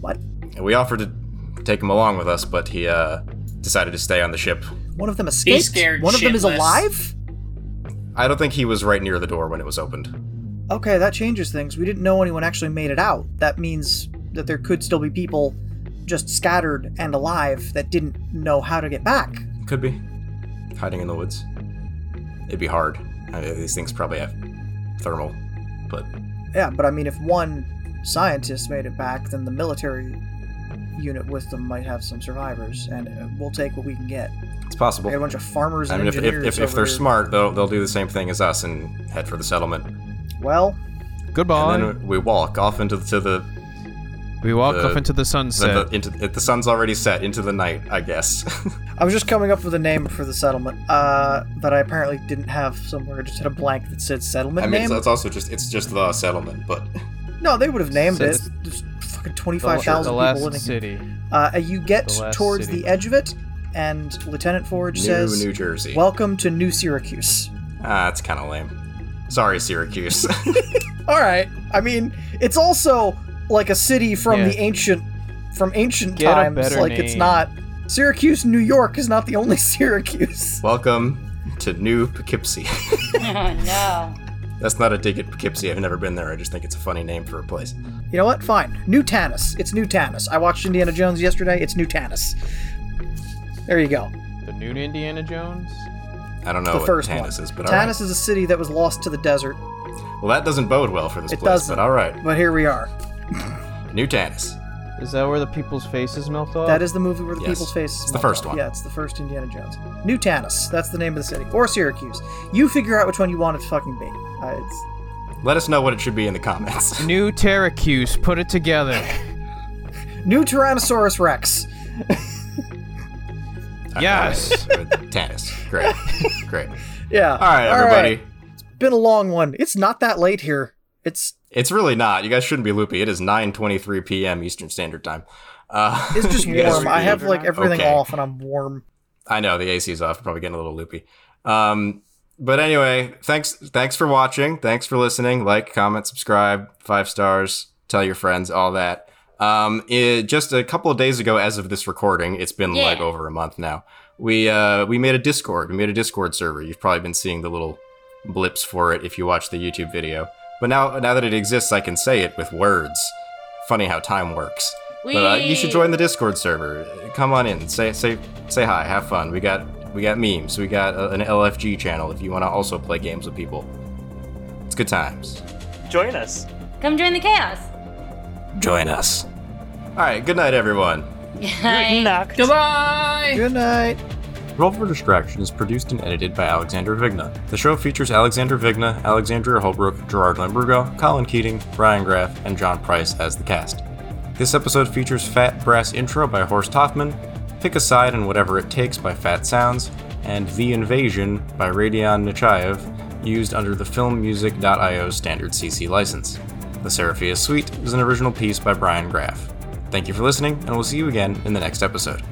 S2: What?
S1: And we offered to take him along with us, but he uh, decided to stay on the ship.
S2: One of them escaped.
S6: scared
S2: One of them is
S6: shitless.
S2: alive.
S1: I don't think he was right near the door when it was opened.
S2: Okay, that changes things. We didn't know anyone actually made it out. That means that there could still be people just scattered and alive that didn't know how to get back.
S1: Could be. Hiding in the woods. It'd be hard. I mean, these things probably have thermal, but
S2: Yeah, but I mean, if one scientist made it back, then the military unit with them might have some survivors, and uh, we'll take what we can get.
S1: it's possible.
S2: We got a bunch of farmers
S1: I
S2: and
S1: mean, if, if,
S2: engineers
S1: if, if
S2: over
S1: they're
S2: here.
S1: smart, they'll, they'll do the same thing as us and head for the settlement.
S2: Well,
S5: Goodbye.
S1: And then we walk off into the, to the,
S5: we walk
S1: the-
S5: off into the sunset.
S1: the, into the sun's already set into the night, I guess.
S2: I was just coming up with a name for the settlement uh, that I apparently didn't have somewhere. I just had a blank that said settlement
S1: I mean,
S2: name.
S1: it's, it's also just it's just the settlement, but
S2: No, they would have named
S5: Said
S2: it.
S5: it's-
S2: There's fucking
S5: The la-
S2: 25,000
S5: the
S2: people
S5: last
S2: living here.
S5: city.
S2: Uh, you get
S5: The last
S2: towards
S5: city.
S2: the edge of it, and Lieutenant Forge
S1: New
S2: says,
S1: New Jersey.
S2: Welcome to New Syracuse.
S1: ah, that's kind of lame. Sorry, Syracuse.
S2: All right. I mean, it's also like a city from
S5: Yeah.
S2: the ancient from ancient
S5: Get a
S2: times.
S5: better
S2: like it's
S5: name.
S2: not Syracuse, New York is not the only Syracuse.
S1: Welcome to New Poughkeepsie.
S3: no.
S1: that's not a dig at Poughkeepsie. I've never been there. I just think it's a funny name for a place.
S2: You know what? Fine. New Tanis. It's New Tanis. I watched Indiana Jones yesterday. It's New Tanis. There you go.
S5: The new Indiana Jones.
S1: I don't know
S2: the
S1: what
S2: first
S1: Tanis
S2: one.
S1: is, but all right.
S2: Tanis is a city that was lost to the desert,
S1: Well, that doesn't bode well for this
S2: It
S1: place,
S2: doesn't.
S1: but all right.
S2: but here we are.
S1: New Tanis.
S5: Is that where the people's faces melt off?
S2: That is the movie where the
S1: Uh, Yes.
S2: people's faces.
S1: It's the
S2: melt
S1: first
S2: off.
S1: one.
S2: Yeah, it's the first Indiana Jones. New Tanis. That's the name of the city, or Syracuse. You figure out which one you want it to fucking be. Uh, it's
S1: Let us know what it should be in the comments.
S5: New Terracuse. Put it together.
S2: New Tyrannosaurus Rex.
S5: yes.
S1: Tanis. Great. Great.
S2: Yeah.
S1: All right, everybody.
S2: Been a long one. It's not that late here. It's
S1: It's really not. You guys shouldn't be loopy. It is 9:23 p.m. Eastern Standard Time. Uh,
S2: it's just
S1: you guys
S2: warm.
S1: should
S2: I
S1: be-
S2: have like everything
S1: Okay.
S2: off, and I'm warm.
S1: I know the AC's off, probably getting a little loopy. Um, but anyway, thanks thanks for watching. Thanks for listening. Like, comment, subscribe, five stars, tell your friends, all that. Um, it, just a couple of days ago, as of this recording, it's been
S3: Yeah.
S1: like over a month now. We uh, we made a Discord. We made a Discord server. You've probably been seeing the little blips for it if you watch the YouTube video. But now now that it exists, I can say it with words. Funny how time works.
S3: We.
S1: But uh, you should join the Discord server. Come on in, say say say hi, have fun. We got we got memes. We got uh an LFG channel if you want to also play games with people. It's good times.
S4: Join us.
S3: Come join the chaos.
S1: Join us. All right. Good night, everyone.
S3: Hi.
S4: Knock.
S6: Goodbye.
S2: Good night.
S1: Roll for Distraction is produced and edited by Alexander Vigna. The show features Alexander Vigna, Alexandria Holbrook, Gerard Lambergo, Colin Keating, Brian Graff, and John Price as the cast. This episode features Fat Brass intro by Horst Hoffman,
S8: Pick a Side and Whatever It Takes by Fat Sounds, and The Invasion by Radion Nechayev, used under the filmmusic.io standard CC license. The Seraphia Suite is an original piece by Brian Graff. Thank you for listening, and we'll see you again in the next episode.